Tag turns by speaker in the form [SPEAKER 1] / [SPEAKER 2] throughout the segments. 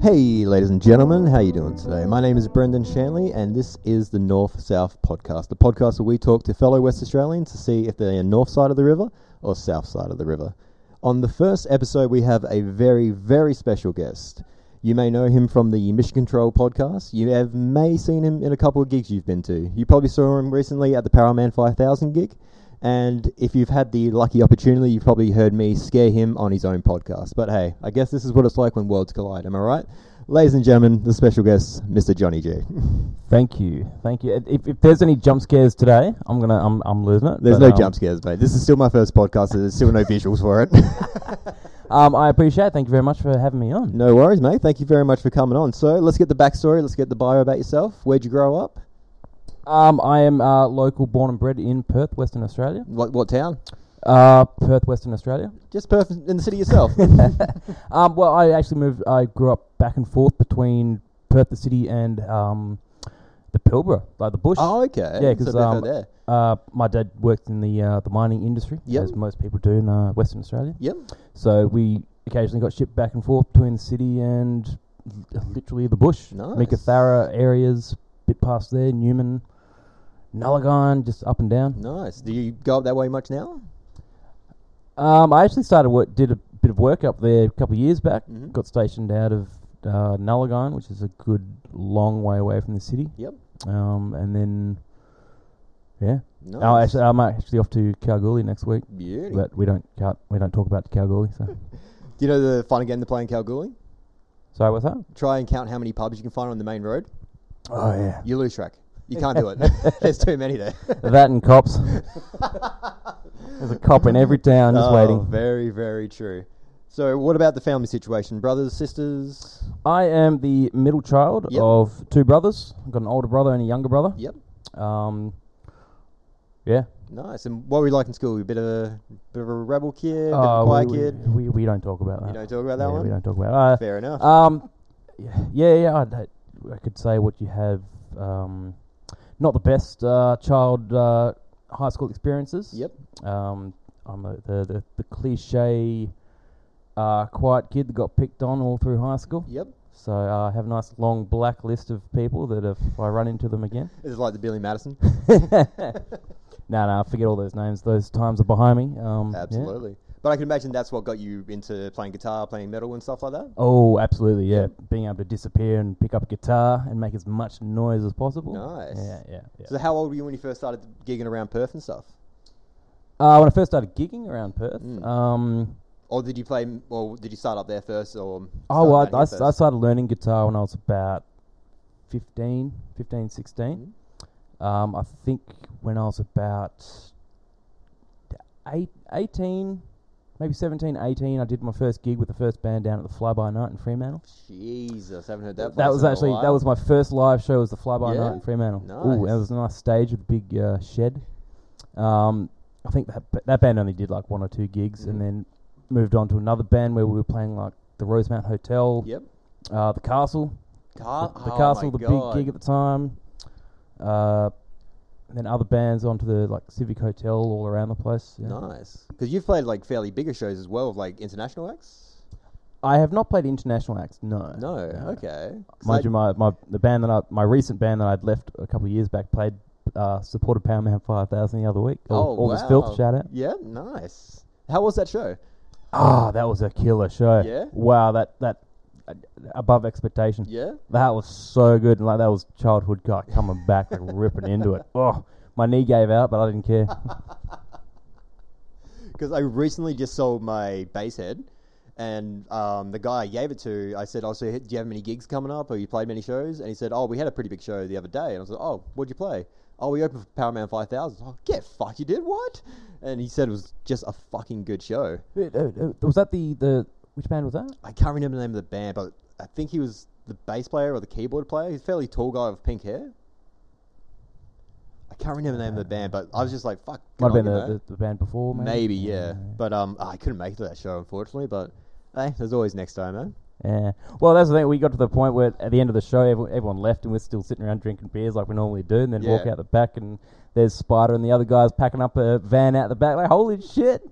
[SPEAKER 1] Hey, ladies and gentlemen, how you doing today? My name is Brendan Shanley, and this is the North South Podcast, the podcast where we talk to fellow West Australians to see if they're north side of the river or south side of the river. On the first episode, we have a very, very special guest. You may know him from the Mission Control podcast. You have may seen him in a couple of gigs you've been to. You probably saw him recently at the Powerman 5000 gig. And if you've had the lucky opportunity, you've probably heard me scare him on his own podcast. But hey, I guess this is what it's like when worlds collide, am I right? Ladies and gentlemen, the special guest, Mr. Johnny G.
[SPEAKER 2] Thank you, thank you. If, if there's any jump scares today, I'm gonna I'm, I'm losing it.
[SPEAKER 1] There's
[SPEAKER 2] but,
[SPEAKER 1] no
[SPEAKER 2] um,
[SPEAKER 1] jump scares, mate. This is still my first podcast, so there's still no visuals for it.
[SPEAKER 2] Um, I appreciate. it. Thank you very much for having me on.
[SPEAKER 1] no worries, mate. Thank you very much for coming on. So let's get the backstory. Let's get the bio about yourself. Where'd you grow up?
[SPEAKER 2] Um, I am uh, local, born and bred in Perth, Western Australia.
[SPEAKER 1] What, what town?
[SPEAKER 2] Uh, Perth, Western Australia.
[SPEAKER 1] Just Perth in the city yourself.
[SPEAKER 2] Um, well, I actually moved. I grew up back and forth between Perth, the city, and um, the Pilbara, like the bush.
[SPEAKER 1] oh, okay.
[SPEAKER 2] Yeah,
[SPEAKER 1] So
[SPEAKER 2] 'cause,
[SPEAKER 1] we're
[SPEAKER 2] um,
[SPEAKER 1] there.
[SPEAKER 2] Uh, my dad worked in the uh, the mining industry,
[SPEAKER 1] Yep.
[SPEAKER 2] as most people do in uh, Western Australia.
[SPEAKER 1] Yep.
[SPEAKER 2] So we occasionally got shipped back and forth between the city and l- literally the bush.
[SPEAKER 1] Nice.
[SPEAKER 2] Meekatharra areas, bit past there, Newman, Nullagine, just up and down.
[SPEAKER 1] Nice. Do you go up that way much now?
[SPEAKER 2] Um, I actually started work, did a bit of work up there a couple of years back.
[SPEAKER 1] Mhm.
[SPEAKER 2] Got stationed out of uh, Nullagine, which is a good long way away from the city.
[SPEAKER 1] Yep.
[SPEAKER 2] Um, and then, yeah.
[SPEAKER 1] Nice.
[SPEAKER 2] Oh, actually, I'm actually off to Kalgoorlie next week,
[SPEAKER 1] Beauty.
[SPEAKER 2] but we don't can't, we don't talk about Kalgoorlie.
[SPEAKER 1] Hmm.
[SPEAKER 2] So,
[SPEAKER 1] Do you know the fun game to play in Kalgoorlie?
[SPEAKER 2] sorry, what's that?
[SPEAKER 1] Try and count how many pubs you can find on the main road.
[SPEAKER 2] Oh yeah,
[SPEAKER 1] You lose track. You can't do it. There's too many there.
[SPEAKER 2] that and cops. There's a cop in every town just
[SPEAKER 1] Oh,
[SPEAKER 2] waiting.
[SPEAKER 1] Very, very true. So, what about the family situation? Brothers, sisters?
[SPEAKER 2] I am the middle child
[SPEAKER 1] Yep.
[SPEAKER 2] of two brothers. I've got an older brother and a younger brother.
[SPEAKER 1] Yep.
[SPEAKER 2] Um, yeah.
[SPEAKER 1] Nice. And what were you like in school? You a bit of a bit of a rebel kid, bit of
[SPEAKER 2] Uh,
[SPEAKER 1] a
[SPEAKER 2] we-
[SPEAKER 1] quiet
[SPEAKER 2] we,
[SPEAKER 1] kid.
[SPEAKER 2] We, we don't talk about that.
[SPEAKER 1] You don't talk about that
[SPEAKER 2] yeah,
[SPEAKER 1] one. Uh,
[SPEAKER 2] We don't talk about
[SPEAKER 1] Fair enough.
[SPEAKER 2] that. Um, yeah, yeah. I, don't- I could say what you have. Um, not the best uh, child uh, high school experiences.
[SPEAKER 1] yep.
[SPEAKER 2] Um, I'm a, the, the the cliche uh, quiet kid that got picked on all through high school.
[SPEAKER 1] Yep.
[SPEAKER 2] So uh, I have a nice long black list of people that if I run into them again.
[SPEAKER 1] This is like the Billy Madison.
[SPEAKER 2] Mm, No, no, I forget all those names. Those times are behind me. Um, yeah.
[SPEAKER 1] Absolutely. But I can imagine that's what got you into playing guitar, playing metal, and stuff like that.
[SPEAKER 2] Oh, absolutely, yeah.
[SPEAKER 1] Yeah.
[SPEAKER 2] Being able to disappear and pick up a guitar and make as much noise as possible.
[SPEAKER 1] Nice.
[SPEAKER 2] Yeah, yeah. yeah.
[SPEAKER 1] So, how old were you when you first started gigging around Perth and stuff?
[SPEAKER 2] uh, when I first started gigging around Perth,
[SPEAKER 1] Mm.
[SPEAKER 2] um,
[SPEAKER 1] Or did you play? m- Or did you start up there first? Or
[SPEAKER 2] oh,
[SPEAKER 1] start
[SPEAKER 2] well,
[SPEAKER 1] out
[SPEAKER 2] I,
[SPEAKER 1] here
[SPEAKER 2] I,
[SPEAKER 1] first?
[SPEAKER 2] I started learning guitar when I was about 15, 15,
[SPEAKER 1] Mm,
[SPEAKER 2] 16. Um, I think when I was about eight, 18, maybe 17, 18, I did my first gig with the first band down at the Fly By Night in Fremantle.
[SPEAKER 1] Jesus, I haven't heard that.
[SPEAKER 2] That
[SPEAKER 1] place
[SPEAKER 2] was
[SPEAKER 1] in a
[SPEAKER 2] actually that
[SPEAKER 1] while.
[SPEAKER 2] was my first live show. Was the Fly By
[SPEAKER 1] Yeah?
[SPEAKER 2] Night in Fremantle? Ooh,
[SPEAKER 1] Nice.
[SPEAKER 2] that was a nice stage with a big uh, shed. Um, I think that ba- that band only did like one or two gigs,
[SPEAKER 1] Mhm.
[SPEAKER 2] and then moved on to another band where we were playing like the Rosemount Hotel,
[SPEAKER 1] Yep.
[SPEAKER 2] uh, the Castle,
[SPEAKER 1] Car-
[SPEAKER 2] the, the
[SPEAKER 1] oh my
[SPEAKER 2] Castle, the
[SPEAKER 1] God.
[SPEAKER 2] big gig at the time. Uh, and then other bands onto the like Civic Hotel all around the place. yeah.
[SPEAKER 1] Nice, because you've played like fairly bigger shows as well, like international acts.
[SPEAKER 2] I have not played international acts. No,
[SPEAKER 1] No, okay. 'Cause
[SPEAKER 2] Mind
[SPEAKER 1] I-
[SPEAKER 2] you, my, my the band that I my recent band that I'd left a couple of years back played uh, supported Powerman Five Thousand the other week. All,
[SPEAKER 1] oh,
[SPEAKER 2] all
[SPEAKER 1] wow.
[SPEAKER 2] this filth shout out.
[SPEAKER 1] Yeah, nice. How was that show?
[SPEAKER 2] Ah, that was a killer show.
[SPEAKER 1] Yeah?
[SPEAKER 2] Wow, that that uh, above expectation.
[SPEAKER 1] Yeah.
[SPEAKER 2] That was so good, and like that was childhood guy coming back and ripping into it. Oh, my knee gave out, but I didn't care.
[SPEAKER 1] because I recently just sold my bass head, and um, the guy I gave it to, I said, "Oh, so do you have many gigs coming up, or you played many shows?" And he said, "Oh, we had a pretty big show the other day." And I said, "Oh, what'd you play?" "Oh, we opened for Powerman 5000." "Oh, get fuck, you did what?" And he said it was just a fucking good show.
[SPEAKER 2] Wait, uh, uh, was that the the which band was that?
[SPEAKER 1] I can't remember the name of the band, but I think he was the bass player or the keyboard player. He's a fairly tall guy with pink hair. I can't remember the name of the band, but I was just like, "Fuck." good
[SPEAKER 2] Might have been
[SPEAKER 1] on you,
[SPEAKER 2] the,
[SPEAKER 1] mate.
[SPEAKER 2] the, the band before, maybe.
[SPEAKER 1] Maybe, yeah. But um, I couldn't make it to that show, unfortunately. But hey, there's always next time, eh? man.
[SPEAKER 2] Yeah. Well, that's the thing. We got to the point where at the end of the show, everyone, everyone left, and we're still sitting around drinking beers like we normally do, and then walk
[SPEAKER 1] Yeah.
[SPEAKER 2] out the back, and there's Spider and the other guys packing up a van out the back. Like, holy shit!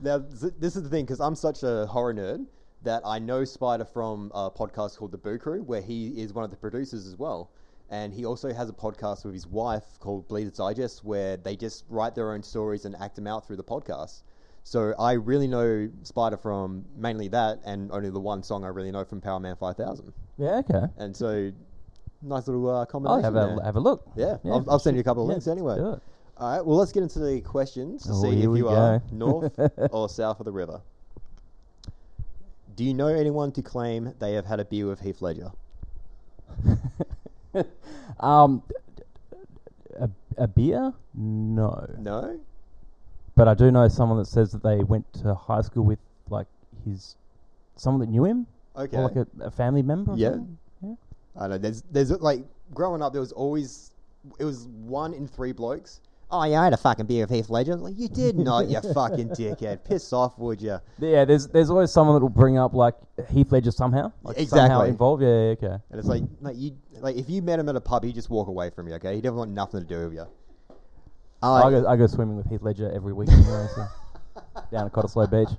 [SPEAKER 1] Now, th- this is the thing, because I'm such a horror nerd that I know Spider from a podcast called The Boo Crew, where he is one of the producers as well. And he also has a podcast with his wife called Bleed Its Digest, where they just write their own stories and act them out through the podcast. So I really know Spider from mainly that, and only the one song I really know from Power Man 5000.
[SPEAKER 2] Yeah, okay.
[SPEAKER 1] And so, nice little uh,
[SPEAKER 2] I'll
[SPEAKER 1] combination.
[SPEAKER 2] have
[SPEAKER 1] there.
[SPEAKER 2] a, have a look.
[SPEAKER 1] Yeah, I'll, I'll send you a couple of
[SPEAKER 2] Yeah,
[SPEAKER 1] links anyway.
[SPEAKER 2] do it.
[SPEAKER 1] All right, well, let's get into the questions to
[SPEAKER 2] Oh,
[SPEAKER 1] see if
[SPEAKER 2] here we
[SPEAKER 1] you are
[SPEAKER 2] go.
[SPEAKER 1] north or south of the river. Do you know anyone to claim they have had a beer with Heath Ledger?
[SPEAKER 2] Um, a, a beer? No.
[SPEAKER 1] No?
[SPEAKER 2] But I do know someone that says that they went to high school with like his someone that knew him,
[SPEAKER 1] Okay.
[SPEAKER 2] or like a, a family member. Or
[SPEAKER 1] Yeah.
[SPEAKER 2] something. yeah.
[SPEAKER 1] I know. There's, there's like, growing up, there was always, it was one in three blokes. Oh, yeah, I had a fucking beer with Heath Ledger. I was like, you did not, you fucking dickhead. Piss off, would you?
[SPEAKER 2] Yeah, there's there's always someone that will bring up like Heath Ledger somehow, like somehow
[SPEAKER 1] Exactly.
[SPEAKER 2] involved. Yeah, yeah, okay.
[SPEAKER 1] And it's like, like you, like if you met him at a pub, you just walk away from you. Okay, he doesn't want nothing to do with you.
[SPEAKER 2] I,
[SPEAKER 1] Uh,
[SPEAKER 2] go I go swimming with Heath Ledger every week anyway, so down at Cottesloe Beach.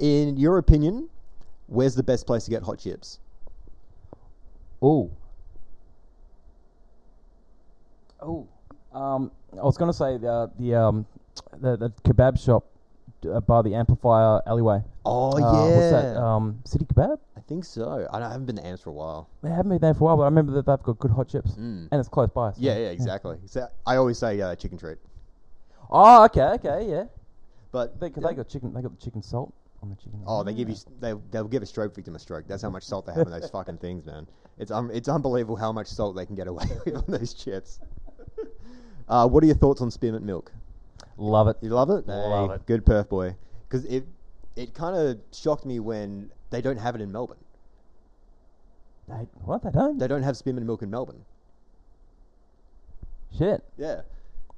[SPEAKER 1] in your opinion, where's the best place to get hot chips?
[SPEAKER 2] Ooh. Ooh. Um, I was gonna say the the um the, the kebab shop uh, by the amplifier alleyway.
[SPEAKER 1] Oh
[SPEAKER 2] Uh,
[SPEAKER 1] yeah,
[SPEAKER 2] What's that? Um, City Kebab.
[SPEAKER 1] I think so. I, don't- I haven't been to Ants for a while.
[SPEAKER 2] They haven't been there for a while, but I remember that they've got good hot chips,
[SPEAKER 1] Mm.
[SPEAKER 2] and it's close by. so-
[SPEAKER 1] Yeah, yeah, exactly. So I always say uh, chicken treat,
[SPEAKER 2] Oh, okay, okay, yeah.
[SPEAKER 1] but
[SPEAKER 2] They, 'cause they got chicken. They got the chicken salt on the chicken.
[SPEAKER 1] oh, they give you s- they they'll give a stroke victim a stroke. That's how much salt they have in those fucking things, man. It's um, it's unbelievable how much salt they can get away with on those chips. Uh, what are your thoughts on spearmint milk?
[SPEAKER 2] Love it.
[SPEAKER 1] You love it?
[SPEAKER 2] Love
[SPEAKER 1] Hey,
[SPEAKER 2] it.
[SPEAKER 1] Good Perth boy. Because it, it kind of shocked me when they don't have it in Melbourne.
[SPEAKER 2] They, what they don't?
[SPEAKER 1] They don't have spearmint milk in Melbourne.
[SPEAKER 2] Shit.
[SPEAKER 1] Yeah.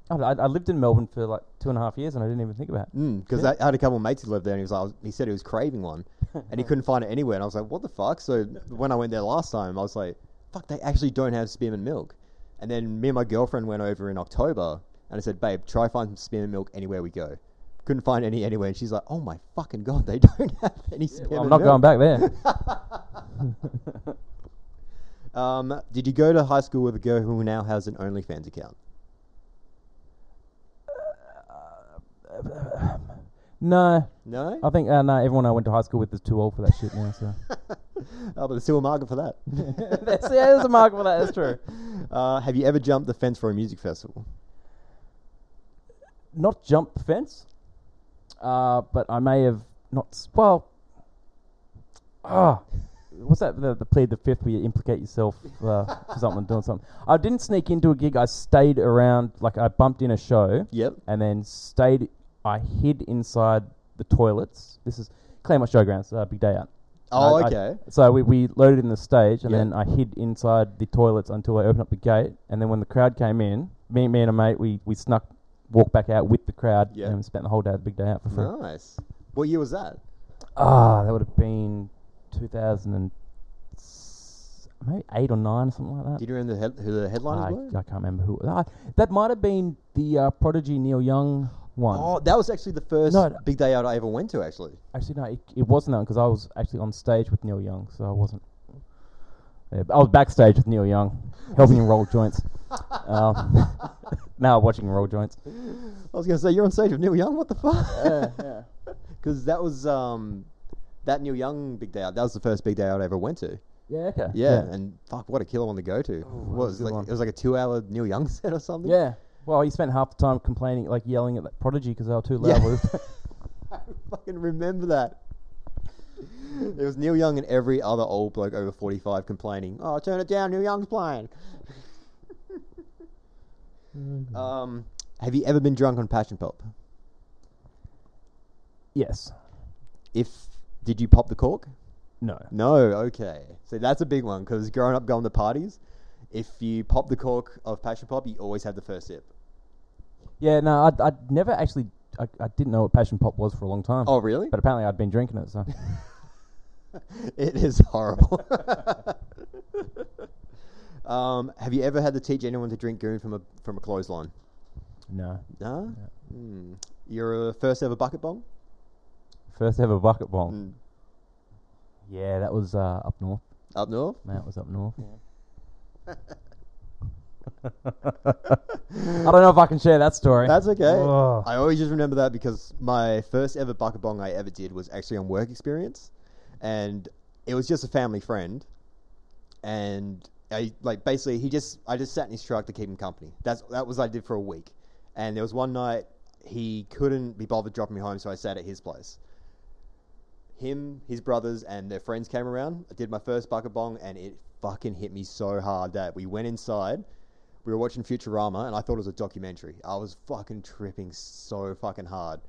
[SPEAKER 2] I, I, I lived in Melbourne for like two and a half years, and I didn't even think about it.
[SPEAKER 1] Because
[SPEAKER 2] Yeah.
[SPEAKER 1] Mm, I had a couple of mates who lived there, and he was like, I was- he said he was craving one, and he couldn't find it anywhere. And I was like, what the fuck? So when I went there last time, I was like, fuck, they actually don't have spearmint milk. And then me and my girlfriend went over in October, and I said, babe, try find some spearmint milk anywhere we go. Couldn't find any anywhere, and she's like, "Oh my fucking god, they don't have any spearmint."
[SPEAKER 2] Well, I'm not
[SPEAKER 1] milk.
[SPEAKER 2] going back there.
[SPEAKER 1] Um, did you go to high school with a girl who now has an OnlyFans account?
[SPEAKER 2] no,
[SPEAKER 1] No,
[SPEAKER 2] I think uh, no. Everyone I went to high school with is too old for that shit now. So
[SPEAKER 1] oh, but there's still a market for that.
[SPEAKER 2] that's, yeah, there's a market for that. That's true.
[SPEAKER 1] Uh, have you ever jumped the fence for a music festival?
[SPEAKER 2] Not jump the fence, uh, but I may have not. s- Well, ah, what's that? The, the plead the fifth, where you implicate yourself uh, for something, doing something. I didn't sneak into a gig. I stayed around. Like I bumped in a show.
[SPEAKER 1] Yep.
[SPEAKER 2] and then stayed. I hid inside the toilets. This is Claremont Showgrounds, uh, big day out.
[SPEAKER 1] Oh,
[SPEAKER 2] I- I-
[SPEAKER 1] okay.
[SPEAKER 2] so we, we loaded in the stage, and
[SPEAKER 1] Yeah.
[SPEAKER 2] then I hid inside the toilets until I opened up the gate. And then when the crowd came in, me, me and a mate, we, we snuck, walked back out with the crowd,
[SPEAKER 1] Yeah.
[SPEAKER 2] and spent the whole day at the big day out for free.
[SPEAKER 1] Nice. What year was that?
[SPEAKER 2] Ah, that would have been 2000 and s- maybe eight or nine or something like that.
[SPEAKER 1] Did you remember the head, who the
[SPEAKER 2] Uh, I,
[SPEAKER 1] headliners
[SPEAKER 2] I
[SPEAKER 1] were?
[SPEAKER 2] can't remember who. Ah, that might have been the uh, Prodigy Neil Young one.
[SPEAKER 1] Oh, that was actually the first
[SPEAKER 2] No, no.
[SPEAKER 1] big day out I ever went to. Actually,
[SPEAKER 2] Actually, no, it, it wasn't that because I was actually on stage with Neil Young, so I wasn't. Yeah, but I was backstage with Neil Young, helping him roll joints. Um, now I'm watching him roll joints.
[SPEAKER 1] I was gonna say you're on stage with Neil Young. What the fuck? Because that was um, that Neil Young big day out. That was the first big day out I ever went to.
[SPEAKER 2] Yeah, okay.
[SPEAKER 1] Yeah, and fuck, what a killer one to go to. what was
[SPEAKER 2] was
[SPEAKER 1] it
[SPEAKER 2] a good
[SPEAKER 1] like,
[SPEAKER 2] one.
[SPEAKER 1] it was like a two-hour Neil Young set or something.
[SPEAKER 2] Yeah. Well, he spent half the time complaining, like yelling at that prodigy because they were too loud.
[SPEAKER 1] Yeah.
[SPEAKER 2] with his-
[SPEAKER 1] I fucking remember that. There was Neil Young and every other old bloke over 45 complaining, oh, turn it down, Neil Young's playing. um, have you ever been drunk on Passion Pop?
[SPEAKER 2] yes.
[SPEAKER 1] If, did you pop the cork?
[SPEAKER 2] No.
[SPEAKER 1] No, okay. So that's a big one, because growing up going to parties, if you pop the cork of Passion Pop, you always have the first sip.
[SPEAKER 2] Yeah, no, I, I never actually. I, I didn't know what passion pop was for a long time.
[SPEAKER 1] Oh, really?
[SPEAKER 2] But apparently I'd been drinking it, so.
[SPEAKER 1] It is horrible. um, have you ever had to teach anyone to drink goon from a from a clothesline?
[SPEAKER 2] no.
[SPEAKER 1] No. Hmm. You're a first ever bucket bong.
[SPEAKER 2] First ever bucket bowl.
[SPEAKER 1] Mm.
[SPEAKER 2] Yeah, that was uh, up north.
[SPEAKER 1] Up north?
[SPEAKER 2] That was up north. I don't know if I can share that story.
[SPEAKER 1] That's okay.
[SPEAKER 2] Oh.
[SPEAKER 1] I always just remember that because my first ever bucket bong I ever did was actually on work experience, and it was just a family friend, and I like basically he just I just sat in his truck to keep him company. That's that was what I did for a week, and there was one night he couldn't be bothered dropping me home, so I sat at his place. Him, his brothers, and their friends came around. I did my first bucket bong, and it fucking hit me so hard that we went inside we were watching Futurama, and I thought it was a documentary. I was fucking tripping so fucking hard.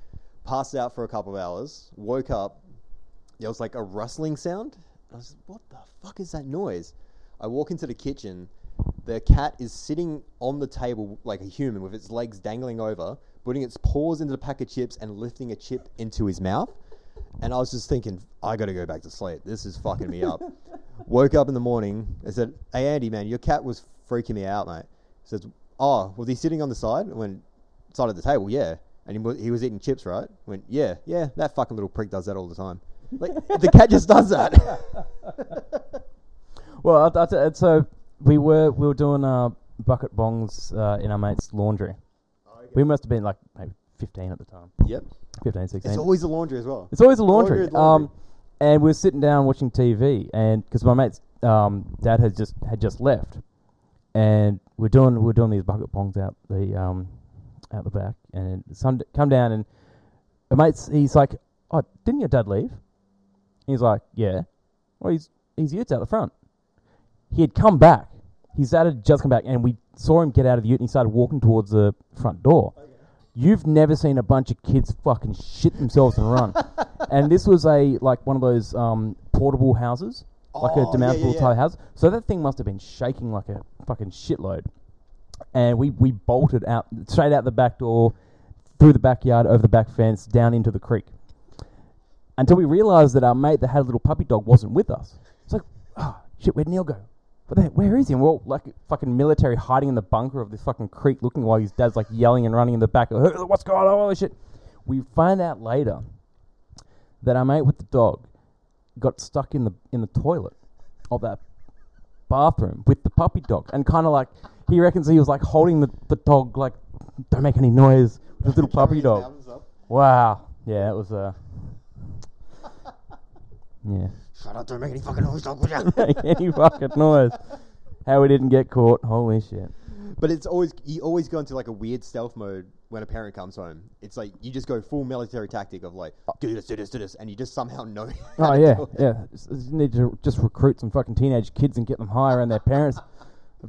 [SPEAKER 1] Passed out for a couple of hours. Woke up. There was like a rustling sound. I was like, "What the fuck is that noise?" I walk into the kitchen. The cat is sitting on the table like a human, with its legs dangling over, putting its paws into the pack of chips and lifting a chip into his mouth. And I was just thinking, I got to go back to sleep. This is fucking me up. Woke up in the morning. I said, Hey, Andy, man, your cat was freaking me out, mate. He says, Oh, was he sitting on the side? I went, Side of the table, yeah. And he was, he was eating chips, right? I went, Yeah, yeah, that fucking little prick does that all the time. Like, the cat just does that.
[SPEAKER 2] Well, I, I, I- so we were we were doing uh, bucket bongs uh, in our mate's laundry. We must have been like maybe 15 at the time,
[SPEAKER 1] yep.
[SPEAKER 2] 15, 16.
[SPEAKER 1] It's always the laundry as well.
[SPEAKER 2] It's always a laundry.
[SPEAKER 1] Laundry is laundry.
[SPEAKER 2] Um, and we were sitting down watching TV, and because my mate's um, dad had just had just left, and we're doing we're doing these bucket bongs out the um, out the back, and it's come, come down, and my mate's he's like, "Oh, didn't your dad leave?" He's like, "Yeah." Well, he's he's ute's out the front. He had come back. His dad had just come back, and we saw him get out of the ute, and he started walking towards the front door. You've never seen a bunch of kids fucking shit themselves and run. and this was a like one of those um, portable houses, like
[SPEAKER 1] Oh,
[SPEAKER 2] a
[SPEAKER 1] yeah,
[SPEAKER 2] demountable
[SPEAKER 1] yeah, yeah.
[SPEAKER 2] type house. So that thing must have been shaking like a fucking shitload. And we we bolted out straight out the back door, through the backyard, over the back fence, down into the creek. Until we realised that our mate that had a little puppy dog wasn't with us. It's like, oh shit, where'd Neil go? What the heck, where is he? And we're all like fucking military hiding in the bunker of this fucking creek looking while his dad's like yelling and running in the back. "Huh, What's going on? Holy shit. We find out later that our mate with the dog got stuck in the in the toilet of that bathroom with the puppy dog and kind of like he reckons he was like holding the, the dog like don't make any noise with his little puppy dog wow yeah it was uh yeah
[SPEAKER 1] Shut up, don't make any fucking noise, dog. would ya?
[SPEAKER 2] make any fucking noise how we didn't get caught holy shit
[SPEAKER 1] But it's always you always go into like a weird stealth mode when a parent comes home. It's like you just go full military tactic of like do this, do this, do this, and you just somehow know. how
[SPEAKER 2] oh
[SPEAKER 1] to
[SPEAKER 2] yeah
[SPEAKER 1] do it.
[SPEAKER 2] yeah S- s- you need to just recruit some fucking teenage kids and get them high around their parents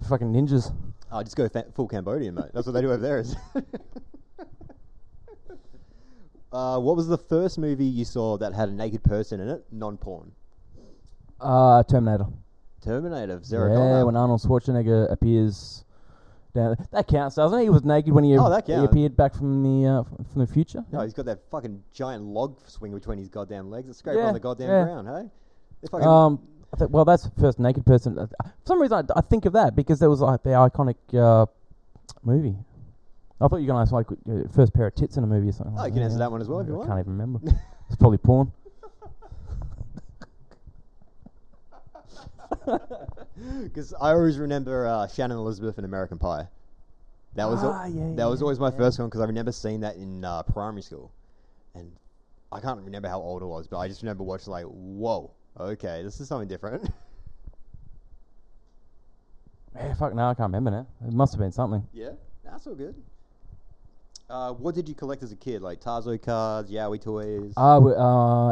[SPEAKER 2] fucking ninjas
[SPEAKER 1] I Oh, just go fa- full Cambodian, mate. That's what they do over there. Is. uh, what was the first movie you saw that had a naked person in it, non-porn?
[SPEAKER 2] uh terminator
[SPEAKER 1] Terminator. Zero
[SPEAKER 2] yeah,
[SPEAKER 1] Connor.
[SPEAKER 2] when Arnold Schwarzenegger appears down that counts, doesn't it? He was naked when he,
[SPEAKER 1] Oh, that
[SPEAKER 2] he
[SPEAKER 1] counts.
[SPEAKER 2] appeared back from the uh, f- from the future.
[SPEAKER 1] No, he's got that fucking giant log swing between his goddamn legs. It's scraping
[SPEAKER 2] Yeah,
[SPEAKER 1] on the goddamn
[SPEAKER 2] yeah.
[SPEAKER 1] ground, hey? They're fucking-
[SPEAKER 2] Um, I thi- well, that's the first naked person. Uh, For some reason, I, d- I think of that because there was like the iconic uh, movie. I thought you were gonna ask like your first pair of tits in a movie or something.
[SPEAKER 1] Oh,
[SPEAKER 2] like
[SPEAKER 1] you can
[SPEAKER 2] that,
[SPEAKER 1] answer
[SPEAKER 2] yeah.
[SPEAKER 1] that one as well if you
[SPEAKER 2] I
[SPEAKER 1] want.
[SPEAKER 2] can't even remember. it's probably porn.
[SPEAKER 1] Because I always remember uh, Shannon Elizabeth in American Pie. That was al-
[SPEAKER 2] Ah, yeah,
[SPEAKER 1] that was
[SPEAKER 2] yeah,
[SPEAKER 1] always my
[SPEAKER 2] yeah.
[SPEAKER 1] first one because I remember seeing that in uh, primary school, and I can't remember how old I was, but I just remember watching like, whoa, okay, this is something different.
[SPEAKER 2] Yeah, fuck no, I can't remember now. It must have been something.
[SPEAKER 1] yeah, that's all good. Uh, what did you collect as a kid? Like Tarzo cards, Yowie toys.
[SPEAKER 2] Ah, we- uh,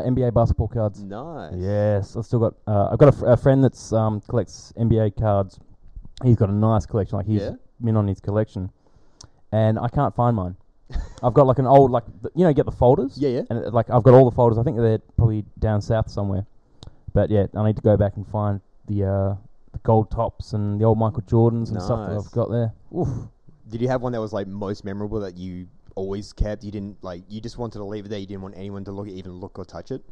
[SPEAKER 2] NBA basketball cards.
[SPEAKER 1] nice.
[SPEAKER 2] Yes, I've still got. Uh, I've got a, fr- a friend that's um, collects NBA cards. He's got a nice collection. Like he's
[SPEAKER 1] Yeah?
[SPEAKER 2] been on his collection, and I can't find mine. I've got like an old like th- you know get the folders.
[SPEAKER 1] Yeah, yeah.
[SPEAKER 2] And it, like I've got all the folders. I think they're probably down south somewhere. But yeah, I need to go back and find the uh, the gold tops and the old Michael Jordans and stuff that
[SPEAKER 1] Nice.
[SPEAKER 2] I've got there. Oof.
[SPEAKER 1] Did you have one that was like most memorable that you always kept? You didn't like. You just wanted to leave it there. You didn't want anyone to look, even look or touch it.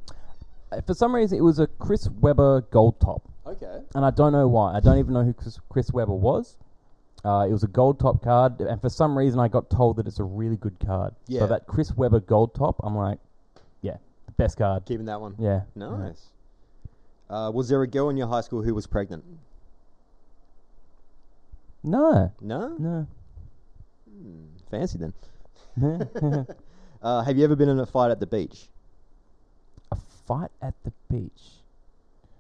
[SPEAKER 2] Uh, For some reason, it was a Chris Webber gold top.
[SPEAKER 1] Okay.
[SPEAKER 2] and I don't know why. I don't even know who Chris, Chris Webber was. Uh, it was a gold top card, and for some reason, I got told that it's a really good card.
[SPEAKER 1] Yeah.
[SPEAKER 2] So that Chris Webber gold top, I'm like, yeah, Best card.
[SPEAKER 1] Keeping that one.
[SPEAKER 2] Yeah.
[SPEAKER 1] Nice. Uh, was there a girl in your high school who was pregnant?
[SPEAKER 2] No.
[SPEAKER 1] No? Hmm,
[SPEAKER 2] No. Mm.
[SPEAKER 1] Fancy then.
[SPEAKER 2] a
[SPEAKER 1] Uh, have you ever been in a fight at the beach?
[SPEAKER 2] fight at the beach.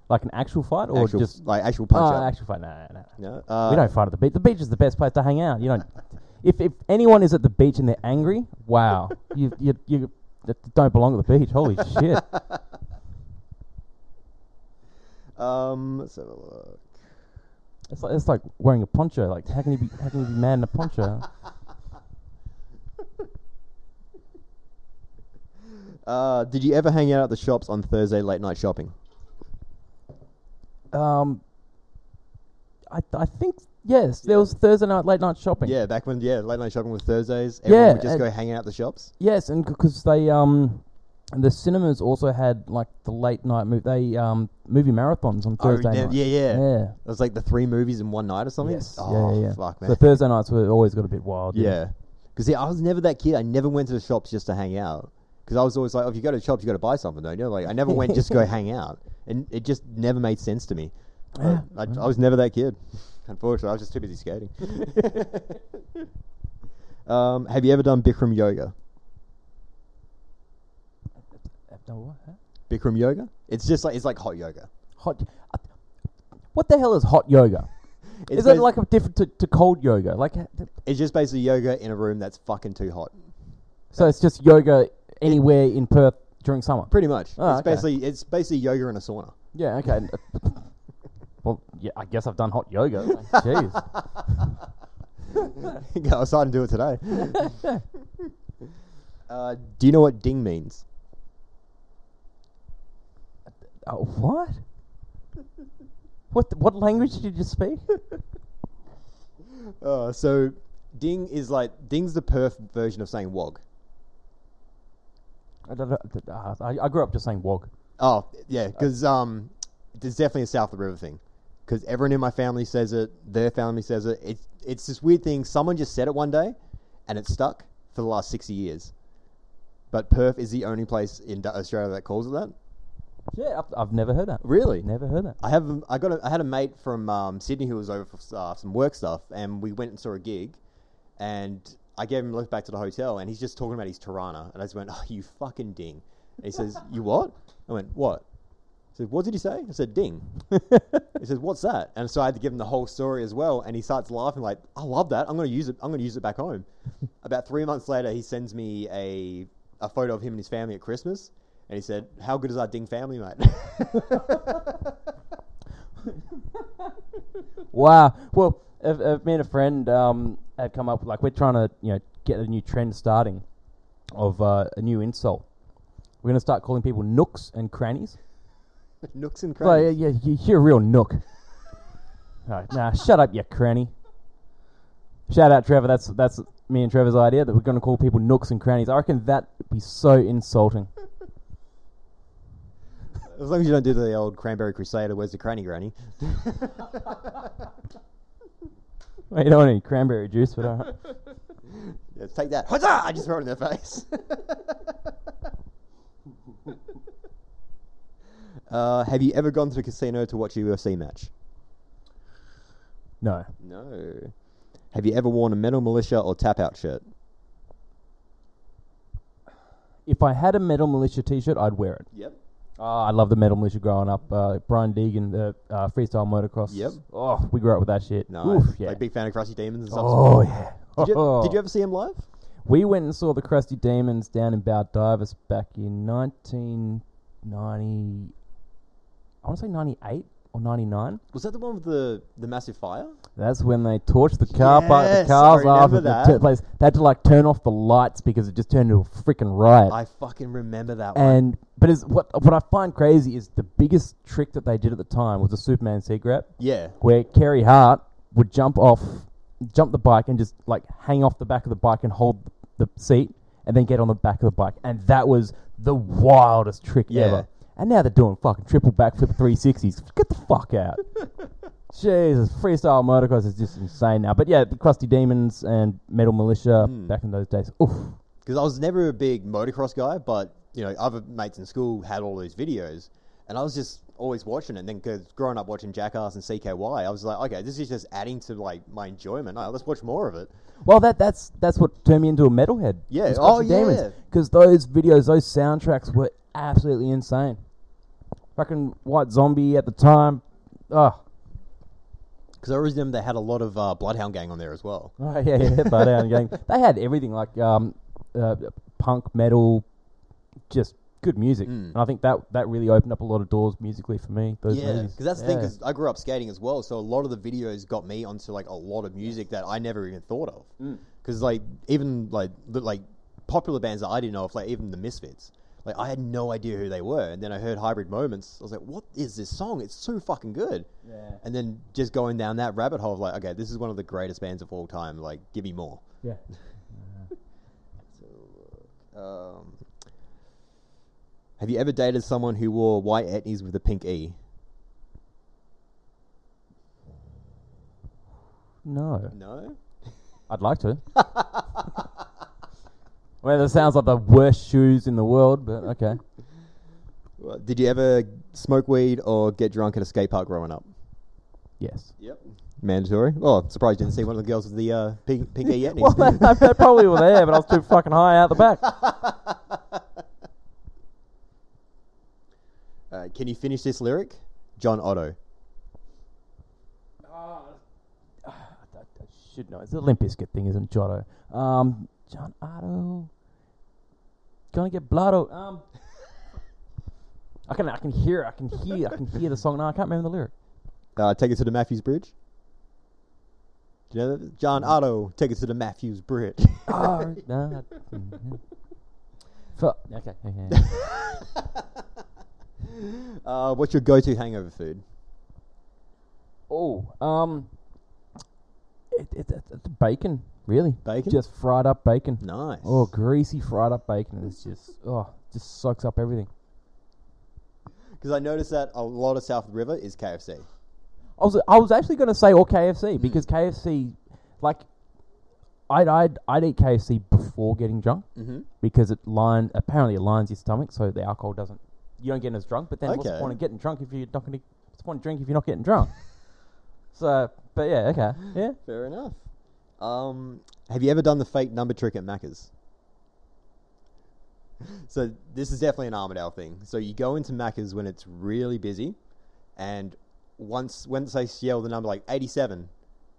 [SPEAKER 2] Like an actual fight or
[SPEAKER 1] actual,
[SPEAKER 2] just
[SPEAKER 1] like actual punch
[SPEAKER 2] Oh,
[SPEAKER 1] up?
[SPEAKER 2] actual fight. No, no, no.
[SPEAKER 1] No. Uh,
[SPEAKER 2] we don't fight at the beach. The beach is the best place to hang out. You don't. if if anyone is at the beach and they're angry, wow, you you you that don't belong at the beach. Holy shit!
[SPEAKER 1] Um, let's have a look.
[SPEAKER 2] It's like it's like wearing a poncho. Like how can you be how can you be mad in a poncho?
[SPEAKER 1] Uh, did you ever hang out at the shops on Thursday late night shopping?
[SPEAKER 2] Um, I I think yes, there was Thursday night late night shopping.
[SPEAKER 1] Yeah, back when yeah late night shopping was Thursdays. Everyone
[SPEAKER 2] Yeah,
[SPEAKER 1] would just
[SPEAKER 2] and-
[SPEAKER 1] go hang out at the shops.
[SPEAKER 2] Yes, and because they um, the cinemas also had like the late night movie. They um movie marathons on
[SPEAKER 1] I
[SPEAKER 2] Thursday
[SPEAKER 1] remem-
[SPEAKER 2] night.
[SPEAKER 1] Oh, yeah, yeah.
[SPEAKER 2] yeah.
[SPEAKER 1] It was like the three movies in one night or something.
[SPEAKER 2] Yes.
[SPEAKER 1] Oh,
[SPEAKER 2] yeah, yeah, yeah.
[SPEAKER 1] fuck, man.
[SPEAKER 2] So Thursday nights were always got a bit wild. you know.
[SPEAKER 1] yeah. Because yeah, I was never that kid. I never went to the shops just to hang out. Because I was always like, oh, if you go to the shops, you got to buy something, don't you? Like, I never went just to go hang out. And it just never made sense to me. I-
[SPEAKER 2] Yeah.
[SPEAKER 1] I, I was never that kid. Unfortunately, I was just too busy skating. um, have you ever done Bikram yoga?
[SPEAKER 2] Done what, huh?
[SPEAKER 1] Bikram yoga? It's just like it's like hot yoga.
[SPEAKER 2] Hot. What the hell is hot yoga?
[SPEAKER 1] It's
[SPEAKER 2] is it
[SPEAKER 1] basi-
[SPEAKER 2] like a different to, to cold yoga? Like, uh, th-
[SPEAKER 1] it's just basically yoga in a room that's fucking too hot.
[SPEAKER 2] so it's just yoga anywhere in Perth during summer.
[SPEAKER 1] Pretty much.
[SPEAKER 2] Oh,
[SPEAKER 1] it's
[SPEAKER 2] okay.
[SPEAKER 1] basically it's basically yoga in a sauna.
[SPEAKER 2] Yeah. Okay. and, uh, well, yeah. I guess I've done hot yoga. Jeez.
[SPEAKER 1] Go outside and do it today. uh, do you know what ding means?
[SPEAKER 2] Oh, what? What? th- What language did you just speak?
[SPEAKER 1] Uh, so ding is like ding's the Perth version of saying wog.
[SPEAKER 2] I, don't know, th- uh, I, I grew up just saying wog.
[SPEAKER 1] Oh yeah, because um, there's definitely a south of the river thing. Because everyone in my family says it, their family says it. It's it's this weird thing. Someone just said it one day, and it stuck for the last sixty years. But Perth is the only place in Australia that calls it that.
[SPEAKER 2] Yeah, I've, I've never heard that.
[SPEAKER 1] Really?
[SPEAKER 2] Never heard that.
[SPEAKER 1] I have. I got. A, I had a mate from um, Sydney who was over for uh, some work stuff, and we went and saw a gig, and I gave him a lift back to the hotel, and he's just talking about his Tirana, and I just went, "Oh, you fucking ding!" And he says, "You what?" I went, "What?" He said, "What did you say?" I said, "Ding." he says, "What's that?" And so I had to give him the whole story as well, and he starts laughing like, "I love that. I'm going to use it. I'm going to use it back home." About three months later, he sends me a a photo of him and his family at Christmas. And he said, "How good is our ding family, mate?"
[SPEAKER 2] Wow. Well, if, if me and a friend um, have come up like we're trying to you know get a new trend starting of uh, a new insult. We're going to start calling people nooks and crannies.
[SPEAKER 1] Nooks and
[SPEAKER 2] Like,
[SPEAKER 1] crannies.
[SPEAKER 2] yeah, you- you're a real nook. Alright, nah, shut up, you cranny. Shout out, Trevor. That's that's me and Trevor's idea that we're going to call people nooks and crannies. I reckon that would be so insulting.
[SPEAKER 1] As long as you don't do the old Cranberry Crusader, where's the cranny granny?
[SPEAKER 2] Well, you don't want any cranberry juice, but uh,
[SPEAKER 1] Yeah, take that. Huzzah! I just throw it in their face. uh, have you ever gone to the casino to watch a UFC match?
[SPEAKER 2] no.
[SPEAKER 1] No. Have you ever worn a Metal Militia or Tap Out shirt?
[SPEAKER 2] If I had a Metal Militia T-shirt, I'd wear it.
[SPEAKER 1] Yep.
[SPEAKER 2] Oh, I love the metal militia growing up. Uh, Brian Deegan, the uh, freestyle motocross.
[SPEAKER 1] Yep.
[SPEAKER 2] Oh, we grew up with that shit.
[SPEAKER 1] Nice.
[SPEAKER 2] Oof, yeah.
[SPEAKER 1] Like big fan of Crusty Demons and stuff.
[SPEAKER 2] oh yeah.
[SPEAKER 1] Did you, did you ever see him live?
[SPEAKER 2] We went and saw the Krusty Demons down in Baldivis back in 1990. I want to say 98 or 99.
[SPEAKER 1] Was that the one with the, the massive fire?
[SPEAKER 2] That's when they torched the car park,
[SPEAKER 1] Yes,
[SPEAKER 2] the
[SPEAKER 1] I
[SPEAKER 2] cars
[SPEAKER 1] remember
[SPEAKER 2] after the
[SPEAKER 1] that.
[SPEAKER 2] t- place. They had to like turn off the lights because it just turned into a freaking riot.
[SPEAKER 1] I fucking remember that one.
[SPEAKER 2] Uh, and but it's, what what I find crazy is the biggest trick that they did at the time was the Superman seat grab.
[SPEAKER 1] Yeah.
[SPEAKER 2] where Kerry Hart would jump off, jump the bike and just like hang off the back of the bike and hold the seat and then get on the back of the bike. And that was the wildest trick
[SPEAKER 1] Yeah.
[SPEAKER 2] ever. And now they're doing fucking triple backflip 360s. Get the fuck out. Jesus, freestyle motocross is just insane now. But yeah, the Krusty Demons and Metal Militia back in those days. Oof.
[SPEAKER 1] because I was never a big motocross guy, but you know, other mates in school had all those videos, and I was just always watching it. And then 'cause growing up watching Jackass and CKY, I was like, okay, this is just adding to like my enjoyment. Oh, let's watch more of it.
[SPEAKER 2] Well, that that's that's what turned me into a metalhead.
[SPEAKER 1] Yeah, oh, yeah.
[SPEAKER 2] Because those videos, those soundtracks were absolutely insane. Fucking White Zombie at the time. Oh,
[SPEAKER 1] Because I always remember they had a lot of uh, Bloodhound Gang on there as well.
[SPEAKER 2] oh yeah, yeah. Hit that down gang. They had everything like um, uh, punk, metal, just good music.
[SPEAKER 1] Hmm.
[SPEAKER 2] And I think that that really opened up a lot of doors musically for me. Those
[SPEAKER 1] Yeah,
[SPEAKER 2] movies.
[SPEAKER 1] because that's the thing.
[SPEAKER 2] Yeah.
[SPEAKER 1] Because I grew up skating as well, so a lot of the videos got me onto like a lot of music that I never even thought of. Because like even like the, like popular bands that I didn't know of, like even the Misfits, like I had no idea who they were, and then I heard Hybrid Moments. I was like, what is this song? It's so fucking good.
[SPEAKER 2] Yeah.
[SPEAKER 1] And then just going down that rabbit hole, of like okay, this is one of the greatest bands of all time. Like, give me more.
[SPEAKER 2] yeah.
[SPEAKER 1] Um, have you ever dated someone who wore white etnies with a pink E?
[SPEAKER 2] No,
[SPEAKER 1] No.
[SPEAKER 2] I'd like to. well, that sounds like the worst shoes in the world, but okay.
[SPEAKER 1] Well, Did you ever smoke weed or get drunk at a skate park growing up?
[SPEAKER 2] Yes.
[SPEAKER 1] Yep. Mandatory. Oh, surprised you didn't see one of the girls with the uh, pink, pink E
[SPEAKER 2] Well,
[SPEAKER 1] etnies.
[SPEAKER 2] they, they probably were there, but I was too fucking high out the back.
[SPEAKER 1] uh, can you finish this lyric? John Otto.
[SPEAKER 2] I, I should know. It's the Limp Bizkit thing, isn't it, Giotto? Um, John Otto. Gonna get blotto. Um, I can I can hear I can hear I can hear the song now. I can't remember the lyric.
[SPEAKER 1] Uh, take it to the Matthews Bridge. Do you know that? John Otto, take it to the Matthews Bridge.
[SPEAKER 2] Oh, no. Fuck. Okay. okay.
[SPEAKER 1] uh, what's your go-to hangover food?
[SPEAKER 2] oh, um, it, it, it, it's bacon really.
[SPEAKER 1] Bacon?
[SPEAKER 2] Just fried up bacon.
[SPEAKER 1] Nice.
[SPEAKER 2] Oh, greasy fried up bacon. It's just oh, just soaks up everything.
[SPEAKER 1] because I noticed that a lot of South River is KFC.
[SPEAKER 2] I was I was actually going to say or KFC
[SPEAKER 1] Hmm.
[SPEAKER 2] because KFC, like, I'd I'd I'd eat KFC before getting drunk because it line apparently it lines your stomach so the alcohol doesn't you don't get as drunk. But then what's the
[SPEAKER 1] Okay.
[SPEAKER 2] point of getting drunk if you're not going to what's the point of drink if you're not getting drunk? so, but yeah, okay, yeah.
[SPEAKER 1] Fair enough. Um, have you ever done the fake number trick at Macca's? So this is definitely an Armadale thing. So you go into Macca's when it's really busy, and once once they yell the number like eighty-seven,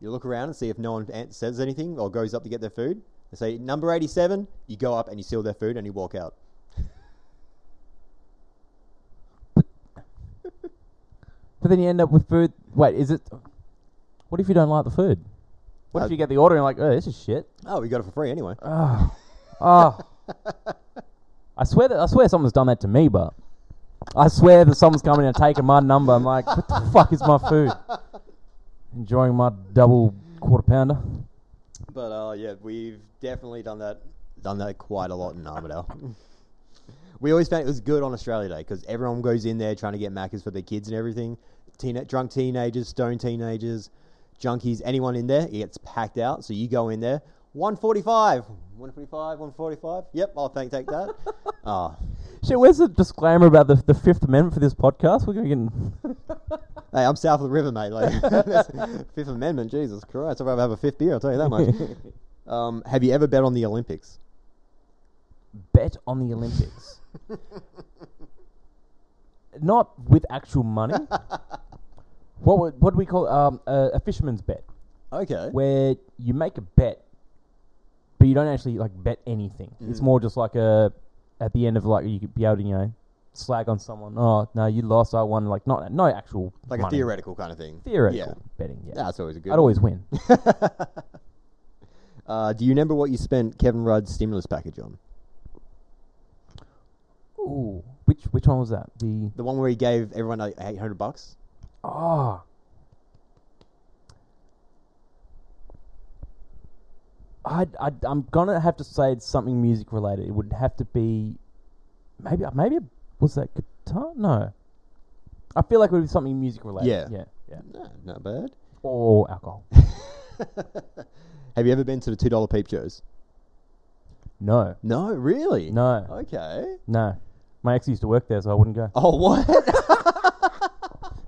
[SPEAKER 1] you look around and see if no one an- says anything or goes up to get their food. They say number eighty-seven. You go up and you steal their food and you walk out.
[SPEAKER 2] But then you end up with food. Wait, is it? What if you don't like the food? What
[SPEAKER 1] Uh,
[SPEAKER 2] if you get the order and you're like, oh, this is shit.
[SPEAKER 1] Oh, we got it for free anyway.
[SPEAKER 2] Oh. I swear that I swear someone's done that to me, but I swear that someone's coming and taking my number. I'm like, what the fuck is my food? Enjoying my double quarter pounder.
[SPEAKER 1] But uh, yeah, we've definitely done that done that quite a lot in Armadale. we always found it was good on Australia Day because everyone goes in there trying to get Maccas for their kids and everything. Teen- drunk teenagers, stoned teenagers, junkies, anyone in there, it gets packed out. So you go in there, 145, 145, 145. Yep, I'll take, take that. Ah,
[SPEAKER 2] Shit, where's the disclaimer about the, the Fifth Amendment for this podcast? We're going to get.
[SPEAKER 1] hey, I'm south of the river, mate. Like that's Fifth Amendment, Jesus Christ. I'd rather have a fifth beer, I'll tell you that much. um, have you ever bet on the Olympics?
[SPEAKER 2] bet on the Olympics. Not with actual money. what would, what do we call um, a, a fisherman's bet?
[SPEAKER 1] Okay.
[SPEAKER 2] where you make a bet, but you don't actually like bet anything. It's
[SPEAKER 1] Mm.
[SPEAKER 2] more just like a at the end of like you could be able to you know slag on someone. Oh no, you lost. I won. Like not no actual
[SPEAKER 1] like
[SPEAKER 2] money.
[SPEAKER 1] a theoretical kind of thing.
[SPEAKER 2] theoretical betting. Yeah,
[SPEAKER 1] Yeah, that's always a good.
[SPEAKER 2] I'd always win.
[SPEAKER 1] Uh, do you remember what you spent Kevin Rudd's stimulus package on?
[SPEAKER 2] Ooh, which which one was that? The
[SPEAKER 1] The one where he gave everyone like eight hundred bucks.
[SPEAKER 2] ah. I I I'm gonna have to say it's something music related. It would have to be, maybe maybe it- was that guitar? No, I feel like it would be something music related.
[SPEAKER 1] Yeah.
[SPEAKER 2] yeah, yeah.
[SPEAKER 1] No, not bad.
[SPEAKER 2] Or alcohol.
[SPEAKER 1] Have you ever been to the two dollar peep shows?
[SPEAKER 2] No,
[SPEAKER 1] No, really?
[SPEAKER 2] no,
[SPEAKER 1] Okay.
[SPEAKER 2] no. My ex used to work there, so I wouldn't go.
[SPEAKER 1] Oh, what?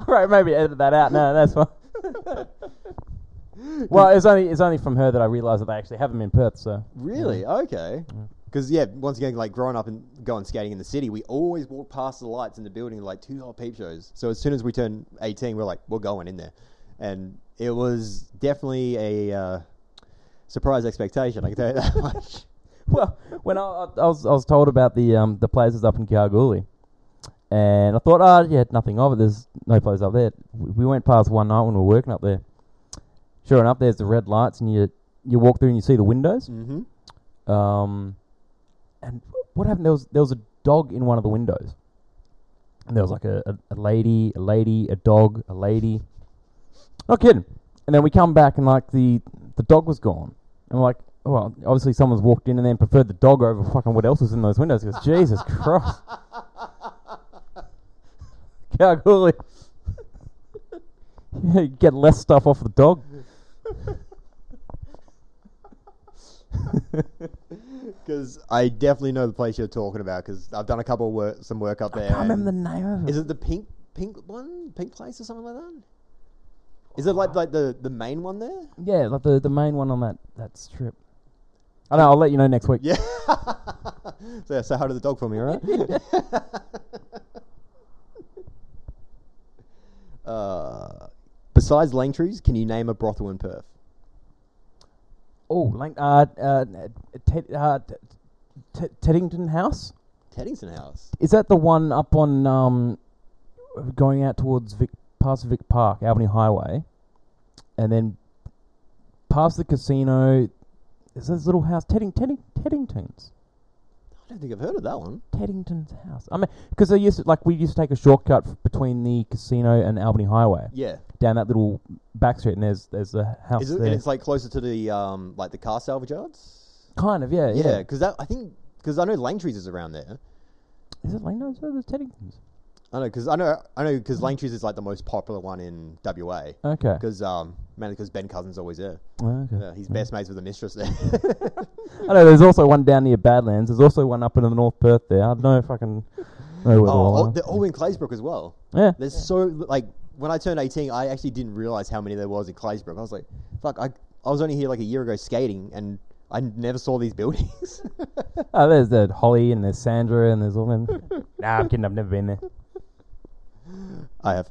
[SPEAKER 2] right, maybe edit that out. No, that's fine. well, it's only it's only from her that I realised that they actually have them in Perth. So
[SPEAKER 1] really?
[SPEAKER 2] Mm-hmm.
[SPEAKER 1] Okay. Because yeah, once again, like growing up and going skating in the city, we always walked past the lights in the building like two dollar peep shows. So as soon as we turned eighteen, we're like, we're going in there, and it was definitely a uh, surprise expectation. I can tell you that much.
[SPEAKER 2] well, when I, I, I was I was told about the um the places up in Kalgoorlie, and I thought, oh yeah, nothing of it. There's no places up there. We we went past one night when we were working up there. Sure enough, there's the red lights, and you you walk through and you see the windows.
[SPEAKER 1] mm-hmm.
[SPEAKER 2] Um, and what happened? There was there was a dog in one of the windows, and there was like a, a, a lady, a lady, a dog, a lady. Not kidding. And then we come back and like the the dog was gone, and we're like, oh, well, obviously someone's walked in and then preferred the dog over fucking what else was in those windows. Because Jesus Christ, Kalgoorlie, you get less stuff off the dog.
[SPEAKER 1] Because I definitely know the place you're talking about. Because I've done a couple of work, some work up there.
[SPEAKER 2] I can't remember the
[SPEAKER 1] and-
[SPEAKER 2] name of it.
[SPEAKER 1] Is it the pink pink one, pink place or something like that? Is it like like the the main one there?
[SPEAKER 2] Yeah, like the, the main one on that, that strip. I know, I'll let you know next week.
[SPEAKER 1] Yeah. so yeah, say hi to the dog for me, all right? uh, besides Langtrees, can you name a brothel in Perth?
[SPEAKER 2] Oh, like, uh, uh, Ted, uh, T- T- Teddington House?
[SPEAKER 1] Teddington House.
[SPEAKER 2] Is that the one up on, um, going out towards Vic, past Vic Park, Albany Highway, and then past the casino, there's this little house, Tedding, Tedding, Teddington's.
[SPEAKER 1] I don't think I've heard of that one.
[SPEAKER 2] Teddington's house. I mean, because they used to, like, we used to take a shortcut f- between the casino and Albany Highway.
[SPEAKER 1] Yeah.
[SPEAKER 2] down that little back street, and there's there's a house
[SPEAKER 1] Is it,
[SPEAKER 2] there.
[SPEAKER 1] and it's like closer to the um like the car salvage yards.
[SPEAKER 2] kind of, Uh, yeah, yeah.
[SPEAKER 1] Yeah, because I think because I know Langtrees is around there.
[SPEAKER 2] Is it Langdon's or there's Teddington's?
[SPEAKER 1] I know because I know I know because Langtrees is like the most popular one in WA
[SPEAKER 2] Okay.
[SPEAKER 1] because um mainly because Ben Cousins always there.
[SPEAKER 2] Oh, okay.
[SPEAKER 1] Yeah, he's best mates with the mistress there.
[SPEAKER 2] I know there's also one down near Badlands. There's also one up in the North Perth there. I don't know if I can know where
[SPEAKER 1] oh,
[SPEAKER 2] they all
[SPEAKER 1] all,
[SPEAKER 2] are.
[SPEAKER 1] they're all in Claysbrook as well.
[SPEAKER 2] yeah.
[SPEAKER 1] There's so like when I turned 18, I actually didn't realize how many there was in Claysbrook. I was like, fuck, I I was only here like a year ago skating and I never saw these buildings.
[SPEAKER 2] Oh, there's the Holly and there's Sandra and there's all them. nah, I'm kidding. I've never been there.
[SPEAKER 1] I have.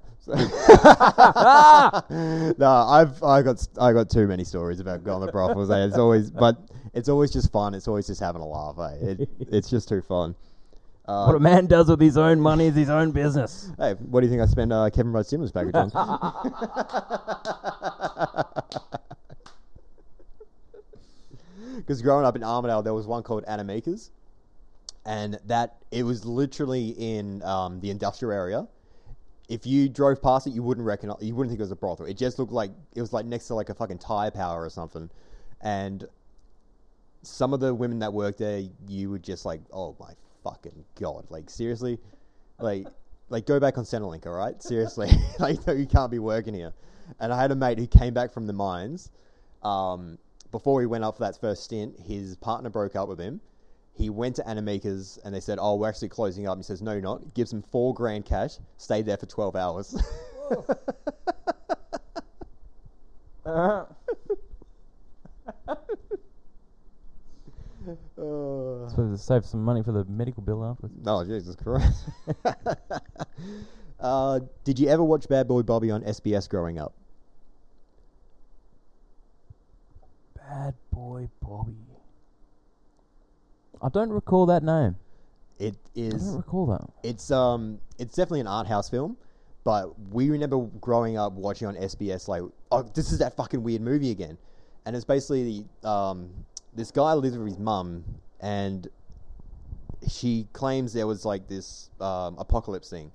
[SPEAKER 1] no, I've I got s- I got too many stories about going to brothels. eh? It's always, but it's always just fun. It's always just having a laugh. eh? It, it's just too fun. Uh,
[SPEAKER 2] What a man does with his own money is his own business.
[SPEAKER 1] Hey, what do you think I spend uh, Kevin Rudd Simmons' package on? Because growing up in Armidale, there was one called Animakers, and that it was literally in um, the industrial area. If you drove past it, you wouldn't recognize. You wouldn't think it was a brothel. It just looked like it was like next to like a fucking tire power or something, and some of the women that worked there, you were just like, oh my fucking god, like seriously, like like go back on Centrelink, all right? Seriously, like no, you can't be working here. And I had a mate who came back from the mines. Um, before he went up for that first stint, his partner broke up with him. He went to Animakers and they said, "Oh, we're actually closing up." He says, "No, you're not." Gives him four grand cash. Stayed there for twelve hours. Uh-huh.
[SPEAKER 2] Uh,
[SPEAKER 1] Uh.
[SPEAKER 2] so to save some money for the medical bill afterwards.
[SPEAKER 1] Oh, Jesus Christ. uh, did you ever watch Bad Boy Bobby on SBS growing up?
[SPEAKER 2] Bad boy Bobby. I don't recall that name.
[SPEAKER 1] It
[SPEAKER 2] I don't
[SPEAKER 1] is.
[SPEAKER 2] recall that.
[SPEAKER 1] It's um. It's definitely an art house film, but we remember growing up watching on SBS like, oh, this is that fucking weird movie again, and it's basically um, this guy lives with his mum and she claims there was like this um, apocalypse thing,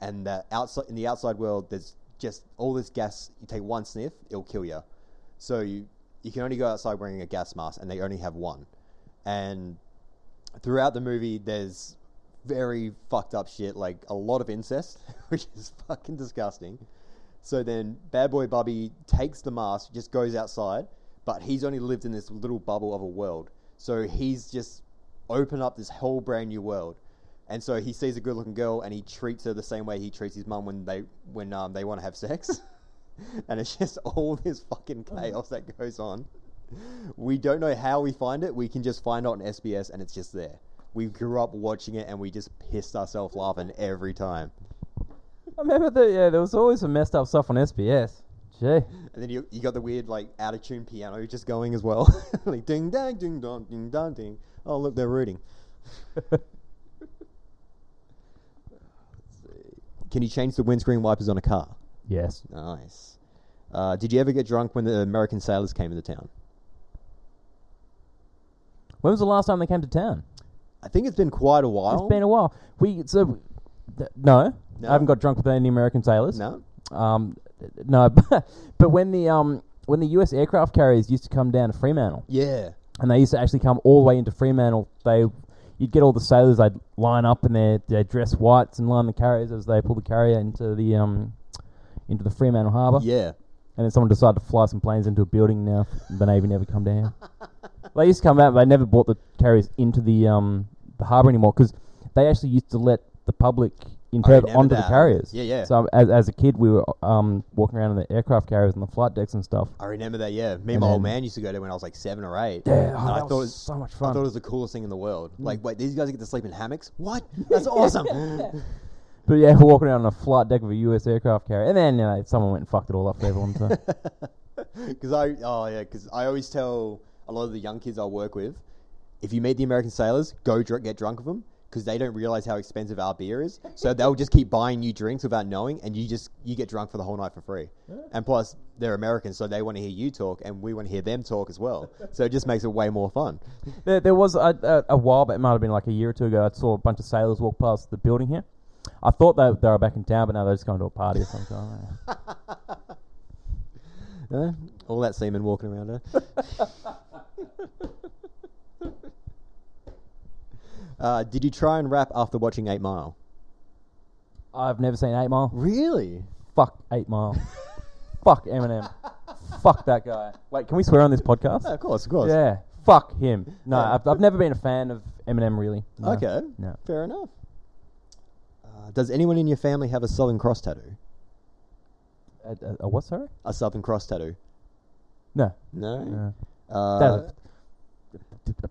[SPEAKER 1] and that outside in the outside world, there's just all this gas. You take one sniff, it'll kill you. So you you can only go outside wearing a gas mask, and they only have one. And throughout the movie, there's very fucked up shit, like a lot of incest, which is fucking disgusting. So then Bad Boy Bubby takes the mask, just goes outside, but he's only lived in this little bubble of a world. So he's just open up this whole brand new world. And so he sees a good looking girl and he treats her the same way he treats his mum when they when um, they want to have sex. and it's just all this fucking chaos that goes on. We don't know how we find it. We can just find it on SBS and it's just there. We grew up watching it and we just pissed ourselves laughing every time.
[SPEAKER 2] I remember that. Yeah, there was always some messed up stuff on SBS. Gee,
[SPEAKER 1] And then you, you got the weird like out of tune piano just going as well, like ding dang ding dong ding dong ding. Oh look, they're rooting. Can you change the windscreen wipers on a car?
[SPEAKER 2] yes.
[SPEAKER 1] Nice. Uh, did you ever get drunk when the American sailors came into town?
[SPEAKER 2] When was the last time they came to town?
[SPEAKER 1] I think it's been quite a while.
[SPEAKER 2] It's been a while. We so th- no,
[SPEAKER 1] No?
[SPEAKER 2] I haven't got drunk with any American sailors.
[SPEAKER 1] no.
[SPEAKER 2] Um, no, but when the um when the U.S. aircraft carriers used to come down to Fremantle,
[SPEAKER 1] Yeah.
[SPEAKER 2] and they used to actually come all the way into Fremantle, they you'd get all the sailors. They'd line up in their their dress whites and line the carriers as they pull the carrier into the um into the Fremantle harbour.
[SPEAKER 1] Yeah.
[SPEAKER 2] And then someone decided to fly some planes into a building. Now the Navy never come down. they used to come out, but they never brought the carriers into the um, the harbour anymore because they actually used to let the public in
[SPEAKER 1] I
[SPEAKER 2] Perth
[SPEAKER 1] remember
[SPEAKER 2] onto
[SPEAKER 1] that.
[SPEAKER 2] the carriers.
[SPEAKER 1] Oh, Yeah, yeah.
[SPEAKER 2] So um, as, as a kid, we were um, walking around in the aircraft carriers and the flight decks and stuff.
[SPEAKER 1] I remember that. Yeah. Me and
[SPEAKER 2] And
[SPEAKER 1] my old
[SPEAKER 2] then-
[SPEAKER 1] man used to go there when I was like seven or eight.
[SPEAKER 2] Yeah,
[SPEAKER 1] And
[SPEAKER 2] oh,
[SPEAKER 1] I
[SPEAKER 2] that
[SPEAKER 1] thought
[SPEAKER 2] was
[SPEAKER 1] it was
[SPEAKER 2] so much
[SPEAKER 1] I
[SPEAKER 2] fun. Mm.
[SPEAKER 1] thought it was the coolest thing in the world. Like, wait, these guys get to sleep in hammocks? What? That's awesome.
[SPEAKER 2] But yeah, we're walking around on a flight deck of a U.S. aircraft carrier, and then you know, someone went and fucked it all up for everyone. So.
[SPEAKER 1] Because I, oh yeah, 'cause I always tell a lot of the young kids I work with, if you meet the American sailors, go dr- get drunk with them because they don't realize how expensive our beer is. So they'll just keep buying you drinks without knowing, and you just you get drunk for the whole night for free. And plus, they're Americans, so they want to hear you talk, and we want to hear them talk as well. So it just makes it way more fun.
[SPEAKER 2] There, there was a, a, a while back, it might have been like a year or two ago, I saw a bunch of sailors walk past the building here. I thought they, they were back in town, but now they're just going to a party or something. I don't know.
[SPEAKER 1] Uh, all that semen walking around her. uh, did you try and rap after watching Eight Mile?
[SPEAKER 2] I've never seen 8 Mile.
[SPEAKER 1] Really? Oh,
[SPEAKER 2] Fuck 8 Mile. Fuck Eminem. Fuck that guy. Wait, can we swear on this podcast?
[SPEAKER 1] of course, of course.
[SPEAKER 2] Yeah. Fuck him. No,
[SPEAKER 1] Yeah.
[SPEAKER 2] I've, I've never been a fan of Eminem, really. No.
[SPEAKER 1] Okay.
[SPEAKER 2] No.
[SPEAKER 1] Fair enough. Uh, does anyone in your family have a Southern Cross tattoo?
[SPEAKER 2] A, a, a what, sorry?
[SPEAKER 1] A Southern Cross tattoo?
[SPEAKER 2] No.
[SPEAKER 1] No.
[SPEAKER 2] No.
[SPEAKER 1] Uh,
[SPEAKER 2] That-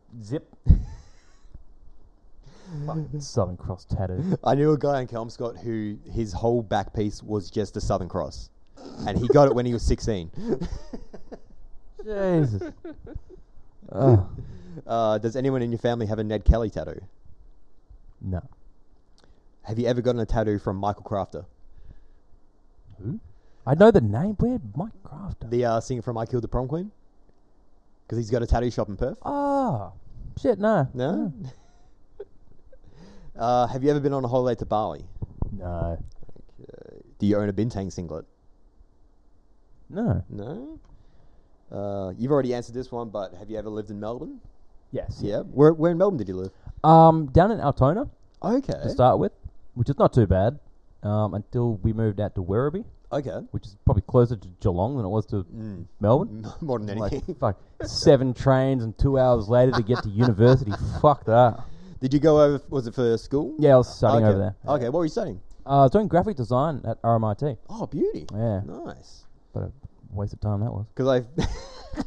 [SPEAKER 2] Zip. Fuck Southern Cross tattoo.
[SPEAKER 1] I knew a guy in Kelmscott who his whole back piece was just a Southern Cross, and he got it when he was sixteen.
[SPEAKER 2] Jesus. Ugh.
[SPEAKER 1] Uh, does anyone in your family have a Ned Kelly tattoo?
[SPEAKER 2] no.
[SPEAKER 1] Have you ever gotten a tattoo from Michael Crafter,
[SPEAKER 2] Who? I know the name. Where Mike Crafter?
[SPEAKER 1] the uh, singer from I Killed the Prom Queen? Because he's got a tattoo shop in Perth.
[SPEAKER 2] ah, shit. No.
[SPEAKER 1] No. uh, have you ever been on a holiday to Bali?
[SPEAKER 2] No.
[SPEAKER 1] Do you own a Bintang singlet?
[SPEAKER 2] No.
[SPEAKER 1] No. Uh, you've already answered this one, but have you ever lived in Melbourne?
[SPEAKER 2] Yes.
[SPEAKER 1] Yeah. Where, where in Melbourne did you live?
[SPEAKER 2] Um, down in Altona
[SPEAKER 1] Okay.
[SPEAKER 2] to start with, which is not too bad. Um, until we moved out to Werribee,
[SPEAKER 1] Okay.
[SPEAKER 2] which is probably closer to Geelong than it was to
[SPEAKER 1] Mm.
[SPEAKER 2] Melbourne.
[SPEAKER 1] More than
[SPEAKER 2] Like,
[SPEAKER 1] anything.
[SPEAKER 2] fuck, seven trains and two hours later to get to university. Fuck that.
[SPEAKER 1] Did you go over? Was it for school?
[SPEAKER 2] Yeah, I was studying
[SPEAKER 1] okay.
[SPEAKER 2] over there.
[SPEAKER 1] Okay. What were you studying?
[SPEAKER 2] Uh, I was doing graphic design at RMIT,
[SPEAKER 1] Oh, beauty.
[SPEAKER 2] Yeah.
[SPEAKER 1] Nice.
[SPEAKER 2] but a waste of time that was.
[SPEAKER 1] Because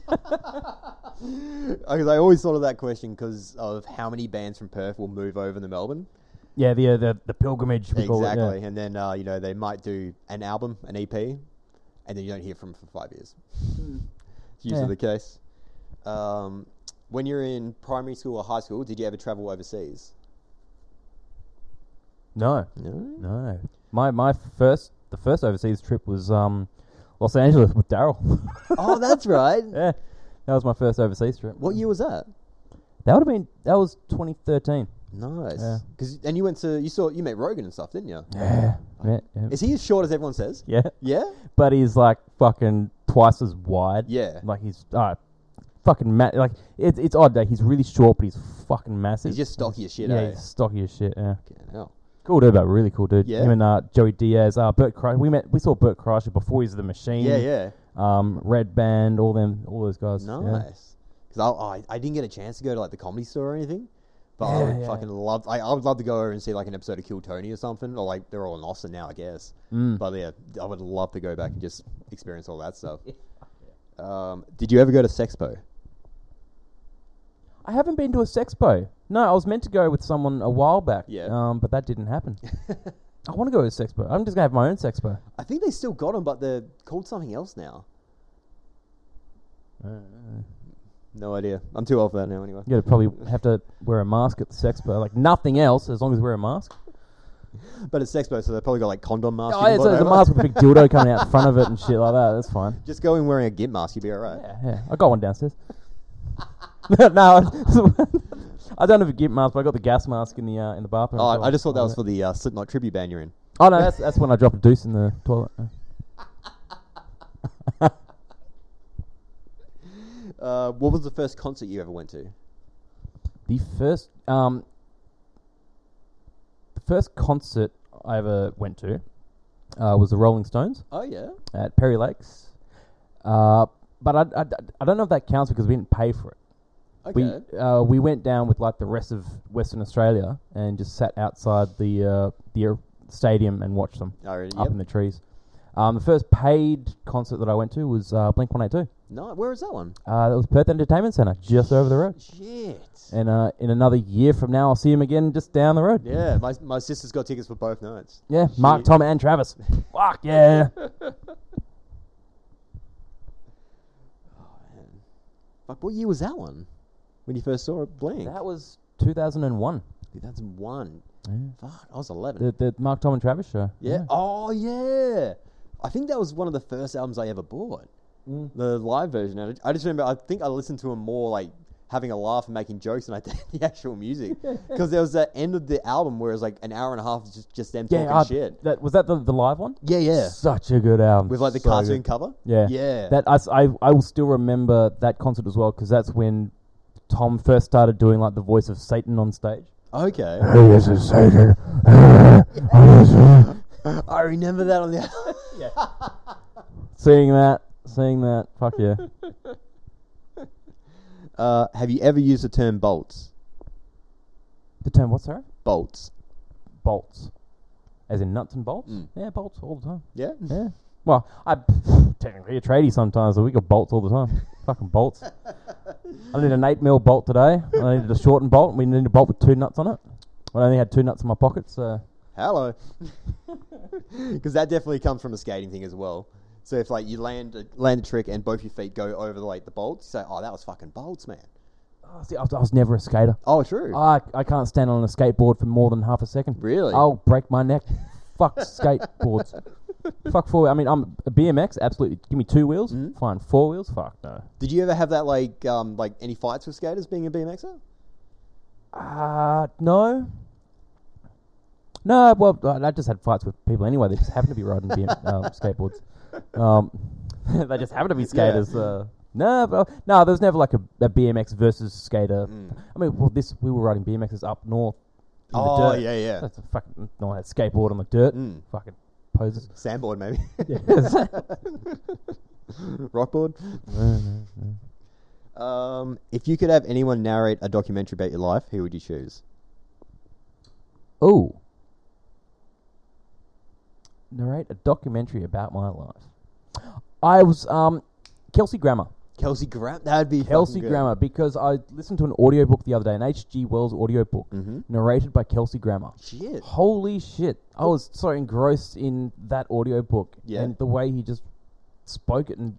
[SPEAKER 1] I, because I always thought of that question because of how many bands from Perth will move over to Melbourne.
[SPEAKER 2] Yeah, the uh, the the pilgrimage. We Call it, yeah.
[SPEAKER 1] Exactly. And then uh, you know they might do an album, an EP, and then you don't hear from 'em for five years. it's usually
[SPEAKER 2] Hmm. Yeah.
[SPEAKER 1] the case. Um, when you're in primary school or high school, did you ever travel overseas?
[SPEAKER 2] No.
[SPEAKER 1] No.
[SPEAKER 2] No. My my first the first overseas trip was um Los Angeles with Daryl.
[SPEAKER 1] oh, that's right.
[SPEAKER 2] yeah. That was my first overseas trip.
[SPEAKER 1] What year was that?
[SPEAKER 2] That would have been that was 2013. Yeah.
[SPEAKER 1] Nice. Because and you went to you saw you met Rogan and stuff, didn't you?
[SPEAKER 2] Yeah. Yeah. yeah.
[SPEAKER 1] Is he as short as everyone says?
[SPEAKER 2] Yeah.
[SPEAKER 1] Yeah.
[SPEAKER 2] But he's like fucking twice as wide.
[SPEAKER 1] Yeah.
[SPEAKER 2] Like he's uh fucking ma- like it's it's odd that he's really short but he's fucking massive.
[SPEAKER 1] He's just stocky as shit.
[SPEAKER 2] yeah,
[SPEAKER 1] eh?
[SPEAKER 2] he's stocky as shit, yeah.
[SPEAKER 1] Fucking hell.
[SPEAKER 2] Cool dude, but really cool dude.
[SPEAKER 1] Yeah.
[SPEAKER 2] Him and uh, Joey Diaz, uh, Bert Kreischer. We met, we saw Bert Kreischer before he's the Machine.
[SPEAKER 1] Yeah, yeah.
[SPEAKER 2] Um, Red Band, all them, all those guys. yeah.
[SPEAKER 1] Nice. Because I, I, I didn't get a chance to go to like the comedy store or anything, But I
[SPEAKER 2] Yeah,
[SPEAKER 1] would
[SPEAKER 2] yeah.
[SPEAKER 1] fucking love. I, I would love to go over and see like an episode of Kill Tony or something, or like they're all in Austin now, I guess. But yeah, I would love to go back and just experience all that stuff. Um, did you ever go to Sexpo?
[SPEAKER 2] I haven't been to a sexpo. No, I was meant to go with someone a while back.
[SPEAKER 1] Yeah.
[SPEAKER 2] Um, but that didn't happen. I want to go to a sexpo. I'm just gonna have my own sexpo.
[SPEAKER 1] I think they still got them, but they're called something else now. Uh, No idea. I'm too old for that now, anyway.
[SPEAKER 2] You'd probably have to wear a mask at the sexpo. Like nothing else, as long as wear a mask.
[SPEAKER 1] But it's Sexpo, so they probably got like condom masks.
[SPEAKER 2] Oh, yeah, so there's a mask with a big dildo coming out the front of it and shit like that. That's fine.
[SPEAKER 1] Just go in wearing a gimp mask, you'd be alright.
[SPEAKER 2] Yeah, yeah. I got one downstairs. no, I don't have a gimp mask, but I got the gas mask in the uh, in the bathroom.
[SPEAKER 1] Oh,
[SPEAKER 2] so
[SPEAKER 1] I, I just thought that
[SPEAKER 2] I'll
[SPEAKER 1] was for
[SPEAKER 2] have
[SPEAKER 1] the uh, Slipknot tribute band you're in.
[SPEAKER 2] it. Oh no, that's that's when I dropped a deuce in the toilet.
[SPEAKER 1] Uh, what was the first concert you ever went to?
[SPEAKER 2] The first um the first concert I ever went to uh, was the Rolling Stones
[SPEAKER 1] Oh yeah.
[SPEAKER 2] at Perry Lakes. Uh, but I, I, I don't know if that counts because we didn't pay for it.
[SPEAKER 1] Okay.
[SPEAKER 2] We uh, we went down with like the rest of Western Australia and just sat outside the uh, the uh, stadium and watched them
[SPEAKER 1] Oh, really?
[SPEAKER 2] up
[SPEAKER 1] Yep.
[SPEAKER 2] in the trees. Um, the first paid concert that I went to was uh, Blink One Eight Two.
[SPEAKER 1] No, where is that one?
[SPEAKER 2] Uh, that was Perth Entertainment Centre, just over the road.
[SPEAKER 1] Shit.
[SPEAKER 2] And uh, in another year from now, I'll see him again just down the road.
[SPEAKER 1] Yeah, my my sister's got tickets for both nights.
[SPEAKER 2] Yeah, Mark,
[SPEAKER 1] Shit.
[SPEAKER 2] Tom, and Travis. Fuck yeah!
[SPEAKER 1] Like, what year was that one? When you first saw it, Blink.
[SPEAKER 2] that was 2001.
[SPEAKER 1] That's one.
[SPEAKER 2] Yeah.
[SPEAKER 1] Fuck, I was eleven.
[SPEAKER 2] The, the Mark, Tom, and Travis show.
[SPEAKER 1] yeah. Oh yeah. I think that was one of the first albums I ever bought.
[SPEAKER 2] Mm.
[SPEAKER 1] The live version. I I just remember. I think I listened to them more like having a laugh and making jokes than I did the actual music. Because there was that end of the album where it was like an hour and a half of just just them
[SPEAKER 2] Yeah,
[SPEAKER 1] talking
[SPEAKER 2] I-
[SPEAKER 1] shit.
[SPEAKER 2] That was that the, the live one.
[SPEAKER 1] Yeah, yeah.
[SPEAKER 2] Such a good album.
[SPEAKER 1] With like the
[SPEAKER 2] So
[SPEAKER 1] cartoon
[SPEAKER 2] good.
[SPEAKER 1] cover.
[SPEAKER 2] Yeah.
[SPEAKER 1] Yeah.
[SPEAKER 2] That I, s- I, I will still remember that concert as well because that's when Tom first started doing like the voice of Satan on stage.
[SPEAKER 1] okay.
[SPEAKER 3] Yes, it's Satan.
[SPEAKER 1] I remember that on the album.
[SPEAKER 2] Seeing that, seeing that, fuck yeah.
[SPEAKER 1] Uh, have you ever used the term bolts?
[SPEAKER 2] the term what's that?
[SPEAKER 1] Bolts.
[SPEAKER 2] Bolts, as in nuts and bolts.
[SPEAKER 1] Mm.
[SPEAKER 2] Yeah, bolts all the time.
[SPEAKER 1] Yeah.
[SPEAKER 2] Yeah. Well, I technically a tradie sometimes, so we got bolts all the time. Fucking bolts. I need an eight mil bolt today. I needed a shortened bolt. and We needed a bolt with two nuts on it. I only had two nuts in my pocket, so
[SPEAKER 1] Hello. Because that definitely comes from a skating thing as well. So if like you land a, land a trick and both your feet go over like the bolts, you say, "Oh, that was fucking bolts, man."
[SPEAKER 2] Oh, see, I was, I was never a skater.
[SPEAKER 1] Oh, true.
[SPEAKER 2] I, I can't stand on a skateboard for more than half a second.
[SPEAKER 1] Really?
[SPEAKER 2] I'll break my neck. Fuck skateboards. fuck four. I mean, I'm a BMX. Absolutely. Give me two wheels. Fine. Four wheels. Fuck no.
[SPEAKER 1] Did you ever have that like um like any fights with skaters being a BMXer?
[SPEAKER 2] Uh no. No. Well, I I just had fights with people anyway. They just happen to be riding BM, um, skateboards. Um, they just happen to be skaters. Uh, no, but, no. There was never like a, a BMX versus skater.
[SPEAKER 1] Mm.
[SPEAKER 2] I mean, well, this we were riding BMXs up north. in the
[SPEAKER 1] Oh,
[SPEAKER 2] dirt.
[SPEAKER 1] yeah, yeah.
[SPEAKER 2] That's a fucking no, that skateboard on the dirt.
[SPEAKER 1] Mm.
[SPEAKER 2] Fucking poses.
[SPEAKER 1] Sandboard maybe,
[SPEAKER 2] Yeah.
[SPEAKER 1] rockboard. Um, if you could have anyone narrate a documentary about your life, who would you choose?
[SPEAKER 2] Oh. Narrate a documentary about my life. I was um Kelsey Grammer.
[SPEAKER 1] Kelsey Grammer. That'd be
[SPEAKER 2] Kelsey Grammer because I listened to an audiobook the other day, an H.G. Wells audiobook
[SPEAKER 1] Mhm.
[SPEAKER 2] narrated by Kelsey Grammer.
[SPEAKER 1] Shit.
[SPEAKER 2] Holy shit. I was so engrossed in that audiobook
[SPEAKER 1] Yeah.
[SPEAKER 2] and the way he just spoke it and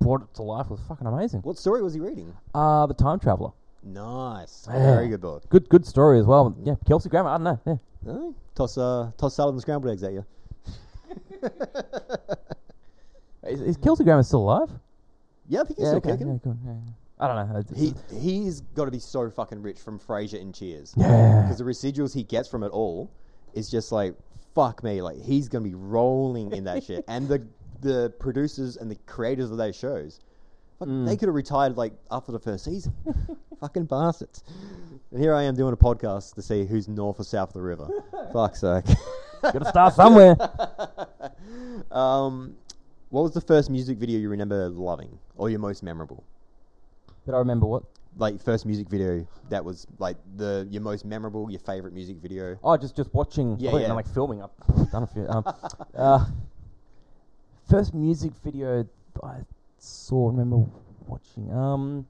[SPEAKER 2] brought it to life was fucking amazing.
[SPEAKER 1] What story was he reading?
[SPEAKER 2] Uh The Time Traveler.
[SPEAKER 1] Nice.
[SPEAKER 2] Yeah.
[SPEAKER 1] Very good book.
[SPEAKER 2] Good good story as well. Yeah, Kelsey Grammer, I don't know. Yeah.
[SPEAKER 1] No? Toss uh, toss salad and scrambled eggs at you.
[SPEAKER 2] Is, is Kelsey Grammer still alive?
[SPEAKER 1] Yeah, I think he's still
[SPEAKER 2] okay,
[SPEAKER 1] kicking.
[SPEAKER 2] yeah, good, yeah, yeah. I don't know. It's-
[SPEAKER 1] He he's got to be so fucking rich from Frasier and Cheers.
[SPEAKER 2] Yeah.
[SPEAKER 1] Because the residuals he gets from it all is just like fuck me. Like he's gonna be rolling in that shit. And the the producers and the creators of those shows, fuck, they could have retired like after the first season. fucking bastards. And here I am doing a podcast to see who's north or south of the river. Fuck's sake.
[SPEAKER 2] uh, Gotta start somewhere.
[SPEAKER 1] Um, what was the first music video you remember loving or your most memorable?
[SPEAKER 2] Did I remember what?
[SPEAKER 1] like first music video that was like the your most memorable, your favorite music video?
[SPEAKER 2] Oh, just just watching.
[SPEAKER 1] Yeah,
[SPEAKER 2] Yeah,
[SPEAKER 1] yeah.
[SPEAKER 2] And like filming. I've done a few. Um, uh, first music video that I saw. Remember watching. Um,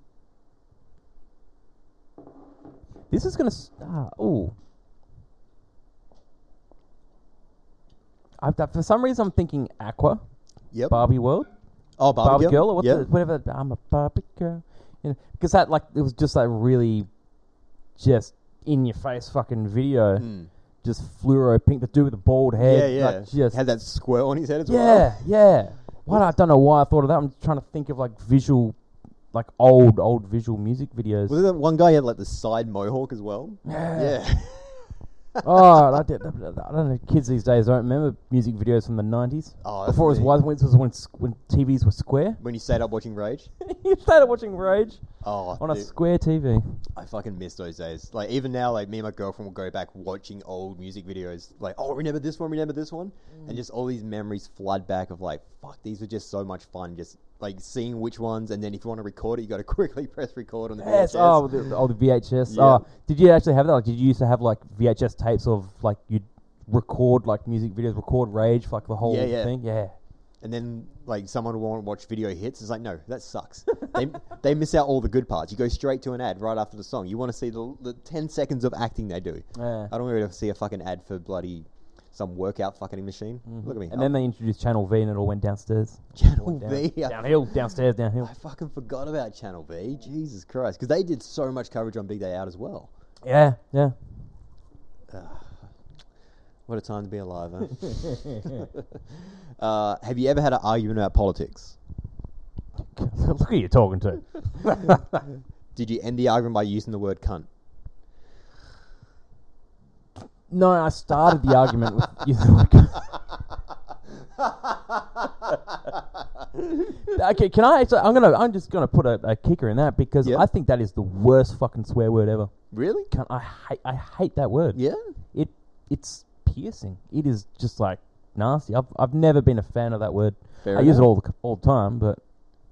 [SPEAKER 2] this is gonna. s ah, oh. I've done, for some reason I'm thinking Aqua,
[SPEAKER 1] Yep.
[SPEAKER 2] Barbie World,
[SPEAKER 1] oh, Barbie,
[SPEAKER 2] Barbie Girl, or what's
[SPEAKER 1] yeah.
[SPEAKER 2] the, whatever. I'm a Barbie Girl, you know, because that like it was just like really, just in your face fucking video
[SPEAKER 1] Mm.
[SPEAKER 2] just fluoro pink, the dude with the bald
[SPEAKER 1] Yeah,
[SPEAKER 2] head.
[SPEAKER 1] yeah.
[SPEAKER 2] Like just,
[SPEAKER 1] Had that squirrel on his head as
[SPEAKER 2] yeah,
[SPEAKER 1] well.
[SPEAKER 2] yeah. What I don't know why I thought of that. I'm just trying to think of like visual, like old, old visual music videos.
[SPEAKER 1] Was it that one guy had like the side mohawk as well?
[SPEAKER 2] yeah.
[SPEAKER 1] Yeah.
[SPEAKER 2] oh, I, did, I don't know. Kids these days don't remember music videos from the 90s.
[SPEAKER 1] Oh, that's
[SPEAKER 2] Before it was
[SPEAKER 1] the thing.
[SPEAKER 2] wide winds was when, s- when TVs were square.
[SPEAKER 1] when you stayed up watching Rage.
[SPEAKER 2] you started watching Rage
[SPEAKER 1] Oh,
[SPEAKER 2] on a
[SPEAKER 1] dude,
[SPEAKER 2] square TV.
[SPEAKER 1] I fucking miss those days. Like even now, like me and my girlfriend will go back watching old music videos. Like, oh, remember this one? Remember this one?
[SPEAKER 2] Mm.
[SPEAKER 1] And just all these memories flood back of like, fuck, these were just so much fun. Just like seeing which ones, and then if you want to record it, you got to quickly press record on the VHS.
[SPEAKER 2] Yes. Oh, the, oh, the VHS.
[SPEAKER 1] Yeah.
[SPEAKER 2] Oh, did you actually have that? Like, did you used to have like VHS tapes of like you record like music videos, record Rage, like the whole
[SPEAKER 1] Yeah, yeah.
[SPEAKER 2] thing? Yeah.
[SPEAKER 1] and then like someone will want to watch video hits. It's like, no, that sucks. they, they miss out all the good parts. You go straight to an ad right after the song. You want to see the, the ten seconds of acting they do.
[SPEAKER 2] Yeah.
[SPEAKER 1] I don't want to see a fucking ad for bloody some workout fucking machine. Look at me.
[SPEAKER 2] Mm-hmm. And then they introduced Channel V, and it all went downstairs,
[SPEAKER 1] Channel
[SPEAKER 2] down,
[SPEAKER 1] V. I-
[SPEAKER 2] downhill, downstairs, downhill.
[SPEAKER 1] I fucking forgot about Channel V. Jesus Christ, because they did so much coverage on Big Day Out as well.
[SPEAKER 2] Yeah, yeah.
[SPEAKER 1] What a time to be alive, huh? uh, have you ever had an argument about politics?
[SPEAKER 2] Look who you're talking to.
[SPEAKER 1] Did you end the argument by using the word cunt?
[SPEAKER 2] No, I started the argument with you. okay, can I actually? I'm gonna. I'm just gonna put a, a kicker in that because
[SPEAKER 1] Yeah.
[SPEAKER 2] I think that is the worst fucking swear word ever.
[SPEAKER 1] Really?
[SPEAKER 2] Can, I hate. I hate that word.
[SPEAKER 1] Yeah.
[SPEAKER 2] it it's piercing. It is just like nasty. I've I've never been a fan of that word.
[SPEAKER 1] Fair
[SPEAKER 2] I use it
[SPEAKER 1] enough.
[SPEAKER 2] all the all the time, but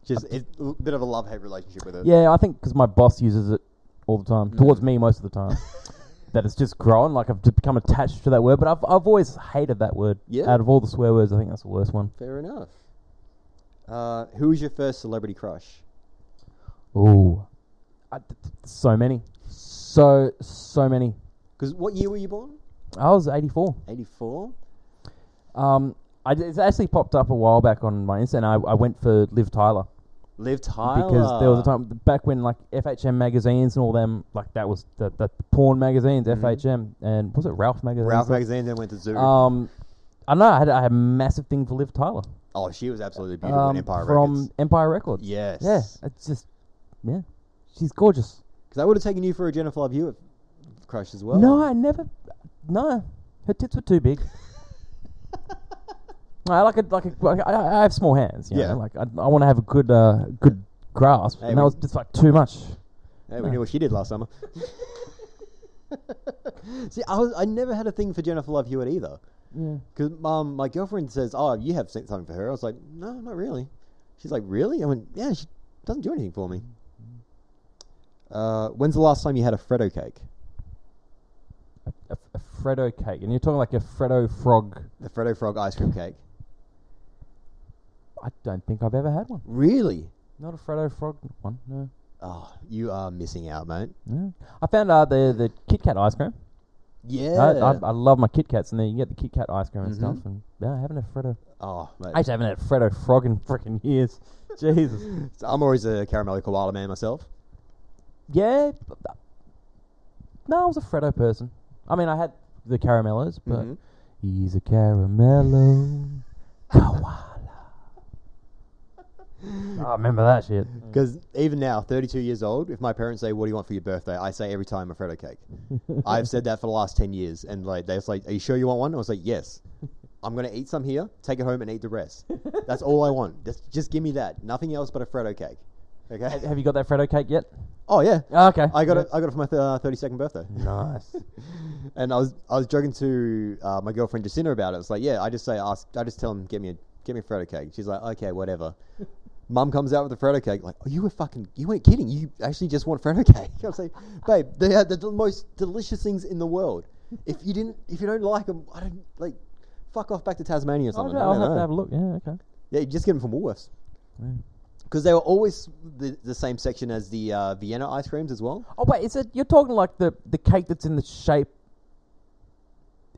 [SPEAKER 1] Just it's a l- bit of a love hate relationship with it.
[SPEAKER 2] yeah, I think because my boss uses it all the time towards
[SPEAKER 1] Mm.
[SPEAKER 2] me most of the time. that it's just grown. Like I've just become attached to that word, but I've I've always hated that word.
[SPEAKER 1] Yeah.
[SPEAKER 2] Out of all the swear words, I think that's the worst one.
[SPEAKER 1] Fair enough. Uh, who was your first celebrity crush?
[SPEAKER 2] Ooh, I, th- th- so many, so so many.
[SPEAKER 1] Because what year were you born?
[SPEAKER 2] I was eighty four.
[SPEAKER 1] 84?
[SPEAKER 2] Um, I d- it's actually popped up a while back on my Insta, and I I went for Liv Tyler.
[SPEAKER 1] Liv Tyler.
[SPEAKER 2] because there was a time back when like FHM magazines and all them like that was the, the porn magazines FHM and was it Ralph magazine?
[SPEAKER 1] Mm-hmm. Ralph magazine then went to Zoo.
[SPEAKER 2] Um, I know I had I had a massive thing for Liv Tyler
[SPEAKER 1] oh, she was absolutely beautiful in
[SPEAKER 2] um,
[SPEAKER 1] Empire
[SPEAKER 2] from
[SPEAKER 1] Records.
[SPEAKER 2] Empire Records.
[SPEAKER 1] Yes.
[SPEAKER 2] yeah, it's just yeah, she's gorgeous.
[SPEAKER 1] Because I would have taken you for a Jennifer Love Hewitt crush as well.
[SPEAKER 2] No, I never. No, her tits were too big. I like a like a like a- I, I have small hands. You
[SPEAKER 1] Yeah.
[SPEAKER 2] know? like I, I want to have a good uh good grasp,
[SPEAKER 1] Hey,
[SPEAKER 2] and that
[SPEAKER 1] we-
[SPEAKER 2] was just like too much.
[SPEAKER 1] Hey, we knew what she did last summer. See, I, was, I never had a thing for Jennifer Love Hewitt either.
[SPEAKER 2] Yeah.
[SPEAKER 1] Because um, my girlfriend says, "Oh, you have sent something for her." I was like, "No, not really." She's like, "Really?" I went, "Yeah, she doesn't do anything for me." Uh, when's the last time you had a Freddo cake?
[SPEAKER 2] a, a Freddo cake, and you're talking like a Freddo frog.
[SPEAKER 1] The Freddo Frog ice cream cake.
[SPEAKER 2] I don't think I've ever had one.
[SPEAKER 1] Really?
[SPEAKER 2] Not a Freddo frog one. No.
[SPEAKER 1] Oh, you are missing out, mate.
[SPEAKER 2] no. I found uh, the the Kit Kat ice cream.
[SPEAKER 1] Yeah.
[SPEAKER 2] I, I, I love my Kit Kats, and then you get the Kit Kat ice cream and
[SPEAKER 1] Mhm.
[SPEAKER 2] stuff. And yeah, I haven't had Freddo.
[SPEAKER 1] oh, mate.
[SPEAKER 2] I actually haven't had Freddo frog in freaking years. Jesus.
[SPEAKER 1] So I'm always a caramelly koala man myself.
[SPEAKER 2] Yeah. but th- No, I was a Freddo person. I mean, I had the caramellos, but
[SPEAKER 1] Mhm.
[SPEAKER 2] he's a caramello koala. I remember that shit.
[SPEAKER 1] Because Mm. even now, 32 years old, if my parents say, "What do you want for your birthday?" I say every time a Freddo cake. I've said that for the last 10 years, and like they're just like, "Are you sure you want one?" I was like, "Yes." I'm gonna eat some here, take it home, and eat the rest. That's all I want. Just, just give me that. Nothing else but a Freddo cake.
[SPEAKER 2] Have,
[SPEAKER 1] Okay.
[SPEAKER 2] have you got that Freddo cake yet?
[SPEAKER 1] Oh yeah.
[SPEAKER 2] Oh, okay.
[SPEAKER 1] I got it. I got it for my th- uh, 32nd birthday.
[SPEAKER 2] Nice.
[SPEAKER 1] And I was I was joking to uh, my girlfriend Jacinta about it. It's like, yeah, I just say ask. I just tell them get me a get me a Freddo cake. She's like, okay, whatever. Mum comes out with a Freddo cake. Like, oh, you were fucking, you weren't kidding. You actually just want Freddo cake. I was like, babe, they are the del- most delicious things in the world. If you didn't, if you don't like them, I don't like. Fuck off back to Tasmania or
[SPEAKER 2] I'll,
[SPEAKER 1] something. I
[SPEAKER 2] I'll
[SPEAKER 1] don't
[SPEAKER 2] have to
[SPEAKER 1] know.
[SPEAKER 2] have a look. Yeah, okay.
[SPEAKER 1] Yeah, you just get them from Woolworths
[SPEAKER 2] Yeah.
[SPEAKER 1] because they were always the, the same section as the uh, Vienna ice creams as well.
[SPEAKER 2] Oh wait, is it? You're talking like the the cake that's in the shape.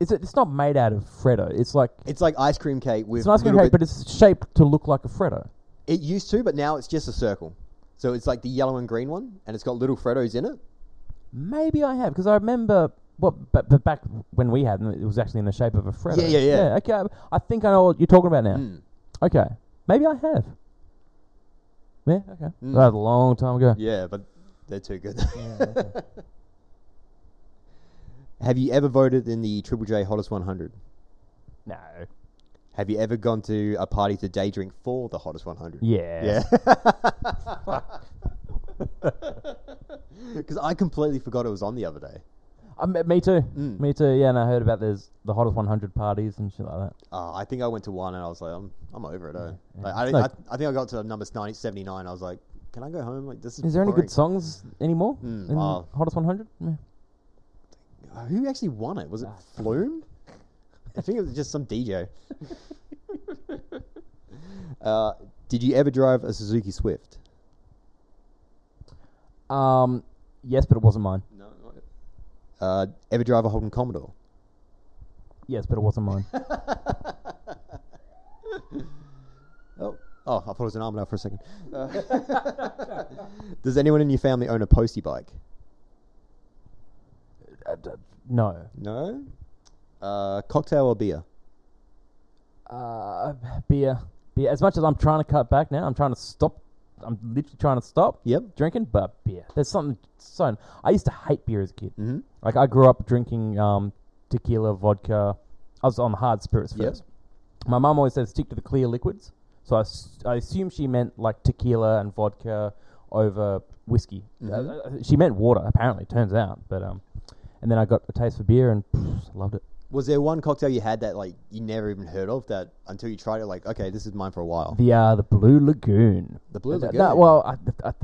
[SPEAKER 2] Is it? It's not made out of Freddo. It's like
[SPEAKER 1] It's like ice cream cake with
[SPEAKER 2] it's an ice cream
[SPEAKER 1] little
[SPEAKER 2] cake,
[SPEAKER 1] bit-
[SPEAKER 2] but it's shaped to look like a Freddo.
[SPEAKER 1] It used to, but now it's just a circle. So it's like the yellow and green one, and it's got little Freddos in it.
[SPEAKER 2] Maybe I have because I remember. Well, but, but back when we had them, it was actually in the shape of a Freddo.
[SPEAKER 1] Yeah, yeah, yeah.
[SPEAKER 2] Okay, I- I think I know what you're talking about now.
[SPEAKER 1] Mm.
[SPEAKER 2] Okay, maybe I have. Yeah, okay.
[SPEAKER 1] Mm.
[SPEAKER 2] That was a long time ago.
[SPEAKER 1] Yeah, but they're too good.
[SPEAKER 2] okay.
[SPEAKER 1] Have you ever voted in the Triple J Hottest 100?
[SPEAKER 2] No.
[SPEAKER 1] Have you ever gone to a party to day drink for the Hottest 100?
[SPEAKER 2] Yeah.
[SPEAKER 1] Because I completely forgot it was on the other day.
[SPEAKER 2] Um, me too.
[SPEAKER 1] Mm.
[SPEAKER 2] Me too. Yeah, and I heard about there's the hottest 100 parties and shit like that.
[SPEAKER 1] Uh, I think I went to one and I was like, I'm, I'm over it. eh?
[SPEAKER 2] yeah.
[SPEAKER 1] Like, I,
[SPEAKER 2] It's like-
[SPEAKER 1] I, I think I got to number 90, 79. I was like, can I go home? Like, this is
[SPEAKER 2] Is there any
[SPEAKER 1] boring."
[SPEAKER 2] good songs anymore
[SPEAKER 1] Mm,
[SPEAKER 2] in
[SPEAKER 1] wow.
[SPEAKER 2] Hottest 100? Yeah.
[SPEAKER 1] Uh, Who actually won it? Was it Flume? I think it was just some DJ. uh, did you ever drive a Suzuki Swift?
[SPEAKER 2] Um, yes, but it wasn't mine.
[SPEAKER 1] No. Uh, ever drive a Holden Commodore?
[SPEAKER 2] Yes, but it wasn't mine.
[SPEAKER 1] Oh, oh, I thought it was an Armadale for a second. Uh, Does anyone in your family own a postie bike?
[SPEAKER 2] Uh, d- no.
[SPEAKER 1] No. Uh, cocktail or beer?
[SPEAKER 2] Uh, beer. Beer. As much as I'm trying to cut back now, I'm trying to stop. I'm literally trying to stop
[SPEAKER 1] Yep.
[SPEAKER 2] drinking, but beer. There's something. So I used to hate beer as a kid.
[SPEAKER 1] Mm-hmm.
[SPEAKER 2] Like I grew up drinking um, tequila, vodka. I was on hard spirits
[SPEAKER 1] Yep.
[SPEAKER 2] first. My mum always says stick to the clear liquids. So I, s- I assume she meant like tequila and vodka over whiskey. Uh,
[SPEAKER 1] Mhm.
[SPEAKER 2] uh, she meant water, apparently. Turns out, but um, and then I got a taste for beer and loved it.
[SPEAKER 1] Was there one cocktail you had that like you never even heard of that until you tried it? Like, okay, this is mine for a while.
[SPEAKER 2] The uh, the Blue Lagoon.
[SPEAKER 1] The Blue
[SPEAKER 2] Uh, th-
[SPEAKER 1] Lagoon.
[SPEAKER 2] No, well,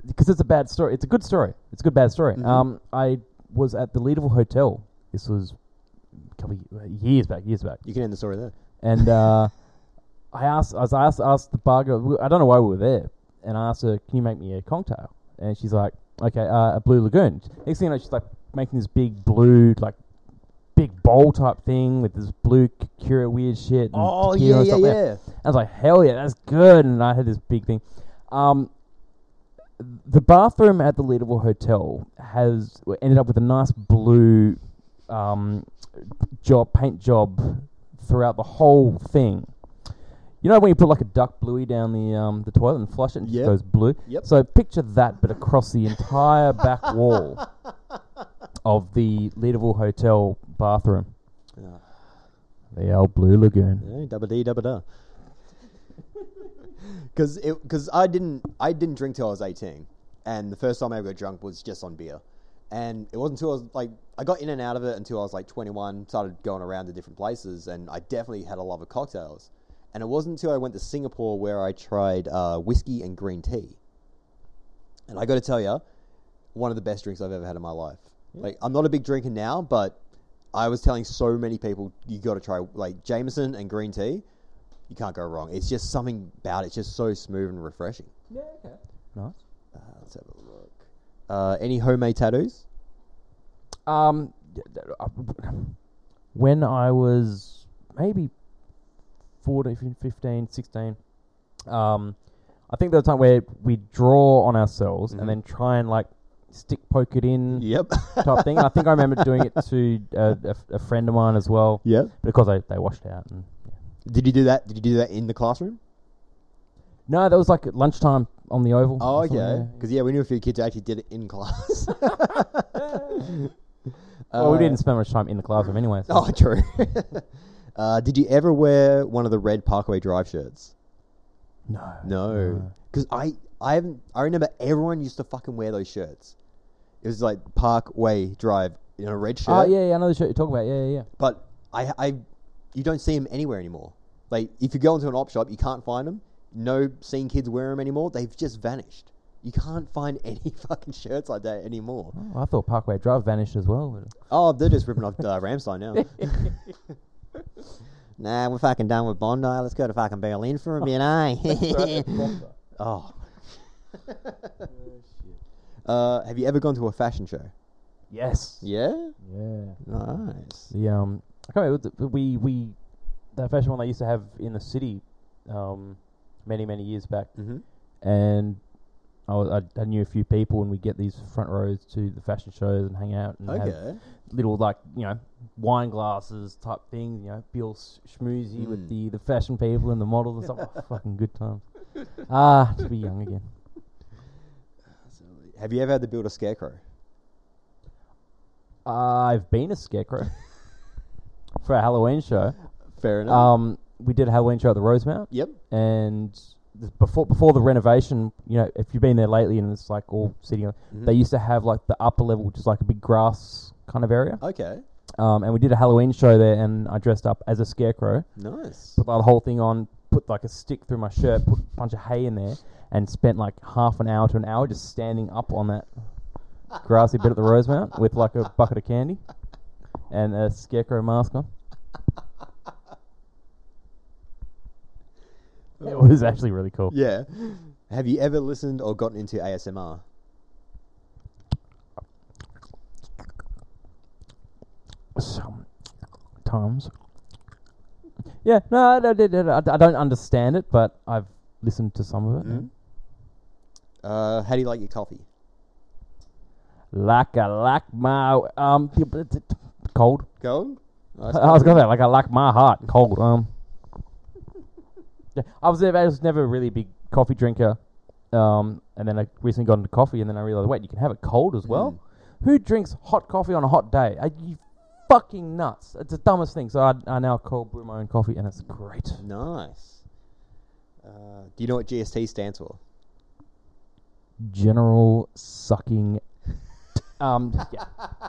[SPEAKER 2] because it's a bad story. It's a good story. It's a good bad story.
[SPEAKER 1] Mhm.
[SPEAKER 2] Um, I was at the Leaderville Hotel. This was a couple of ye- years back. Years back.
[SPEAKER 1] You can end the story there.
[SPEAKER 2] And uh, I asked, I was asked, asked the barger. we- I don't know why we were there, and I asked her, "Can you make me a cocktail?" And she's like, "Okay, uh, a blue lagoon." Next thing you know, she's like making this big blue, like big bowl type thing with this blue cura weird shit. And
[SPEAKER 1] Oh,
[SPEAKER 2] tequila and stuff in it. I was like, hell yeah, that's good. And I had this big thing. Um, the bathroom at the Leaderville Hotel has ended up with a nice blue um, job paint job throughout the whole thing. You know when you put like a duck bluey down the um, the toilet and flush it and it
[SPEAKER 1] Yep.
[SPEAKER 2] just goes blue.
[SPEAKER 1] Yep.
[SPEAKER 2] So picture that, but across the entire back wall of the Leaderville Hotel bathroom,
[SPEAKER 1] Ah,
[SPEAKER 2] the old blue lagoon.
[SPEAKER 1] yeah, Dabba dee dabba da. Because because I didn't I didn't drink till I was eighteen, and the first time I ever got drunk was just on beer, and it wasn't until I was like I got in and out of it until I was like twenty one, started going around to different places, and I definitely had a love of cocktails, and it wasn't until I went to Singapore where I tried uh, whiskey and green tea, and I got to tell you, one of the best drinks I've ever had in my life. Like I'm not a big drinker now, but I was telling so many people you got to try like Jameson and green tea. You can't go wrong. It's just something about it. It's just so smooth and refreshing.
[SPEAKER 2] Yeah. Okay. Nice.
[SPEAKER 1] Uh, let's have a look. Uh, any homemade tattoos?
[SPEAKER 2] Um, when I was maybe 14, 15, 16, um, I think there was a time where we draw on ourselves
[SPEAKER 1] Mhm.
[SPEAKER 2] and then try and like stick poke it in
[SPEAKER 1] Yep.
[SPEAKER 2] type thing. I think I remember doing it to uh, a, f- a friend of mine as well
[SPEAKER 1] yep.
[SPEAKER 2] because they, they washed out. And,
[SPEAKER 1] Did you do that? Did you do that in the classroom?
[SPEAKER 2] No, that was like at lunchtime on the Oval.
[SPEAKER 1] Oh,
[SPEAKER 2] or something,
[SPEAKER 1] okay.
[SPEAKER 2] yeah.
[SPEAKER 1] Because yeah, we knew a few kids who actually did it in class.
[SPEAKER 2] Well,
[SPEAKER 1] Uh,
[SPEAKER 2] we didn't spend much time in the classroom anyway. So.
[SPEAKER 1] Oh, true. uh, did you ever wear one of the red Parkway Drive shirts?
[SPEAKER 2] No.
[SPEAKER 1] No, because I I haven't. I remember everyone used to fucking wear those shirts. It was like Parkway Drive in a red shirt.
[SPEAKER 2] Oh, yeah, yeah, I know the shirt you're talking about. Yeah, yeah, yeah.
[SPEAKER 1] But I I you don't see them anywhere anymore. Like if you go into an op shop, you can't find them. no seeing kids wear them anymore. They've just vanished. You can't find any fucking shirts like that anymore.
[SPEAKER 2] Oh, I thought Parkway Drive vanished as well.
[SPEAKER 1] Oh, they're just ripping off uh, Ramstein now. nah, we're fucking done with Bondi. Let's go to fucking Berlin for a bit, eh? oh. Uh, have you ever gone to a fashion show?
[SPEAKER 2] yes.
[SPEAKER 1] Yeah.
[SPEAKER 2] Yeah.
[SPEAKER 1] Nice.
[SPEAKER 2] The um, I can't remember. The, we we that fashion one they used to have in the city, um, many many years back,
[SPEAKER 1] Mm-hmm.
[SPEAKER 2] and I, was, I I knew a few people, and we would get these front rows to the fashion shows and hang out and have
[SPEAKER 1] Okay.
[SPEAKER 2] little like you know wine glasses type thing, you know, Bill s- schmoozy
[SPEAKER 1] Mm.
[SPEAKER 2] with the the fashion people and the models and stuff. Oh, fucking good times. Ah, to be young again.
[SPEAKER 1] Have you ever had to build a scarecrow?
[SPEAKER 2] I've been a scarecrow for a Halloween show.
[SPEAKER 1] Fair enough.
[SPEAKER 2] Um, we did a Halloween show at the Rosemount.
[SPEAKER 1] yep.
[SPEAKER 2] and th- before before the renovation, you know, if you've been there lately and it's like all sitting, on,
[SPEAKER 1] Mhm.
[SPEAKER 2] they used to have like the upper level, which is like a big grass kind of area.
[SPEAKER 1] Okay.
[SPEAKER 2] Um, and we did a Halloween show there, and I dressed up as a scarecrow,
[SPEAKER 1] Nice.
[SPEAKER 2] put the whole thing on, put like a stick through my shirt, put a bunch of hay in there, and spent like half an hour to an hour just standing up on that grassy bit at the Rosemount with like a bucket of candy and a scarecrow mask on. It was actually really cool.
[SPEAKER 1] Yeah. Have you ever listened or gotten into ASMR?
[SPEAKER 2] sometimes. Yeah, no, I, don't- I, don't- I, don't- I don't understand it, but I've listened to some of it.
[SPEAKER 1] Mhm. Uh, how do you like your coffee?
[SPEAKER 2] Like I like my um t- t- t- t- cold.
[SPEAKER 1] Cold. Nice
[SPEAKER 2] I was
[SPEAKER 1] coffee.
[SPEAKER 2] gonna say like I like my heart cold. Um, yeah, I was never, I was never a really big coffee drinker. Um, and then I recently got into coffee, and then I realized wait, you can have it cold as well. Who drinks hot coffee on a hot day? Are you fucking nuts? It's the dumbest thing. So I, I now cold brew my own coffee, and it's great.
[SPEAKER 1] Nice. Uh, do you know what GST stands for?
[SPEAKER 2] general sucking. Um, yeah,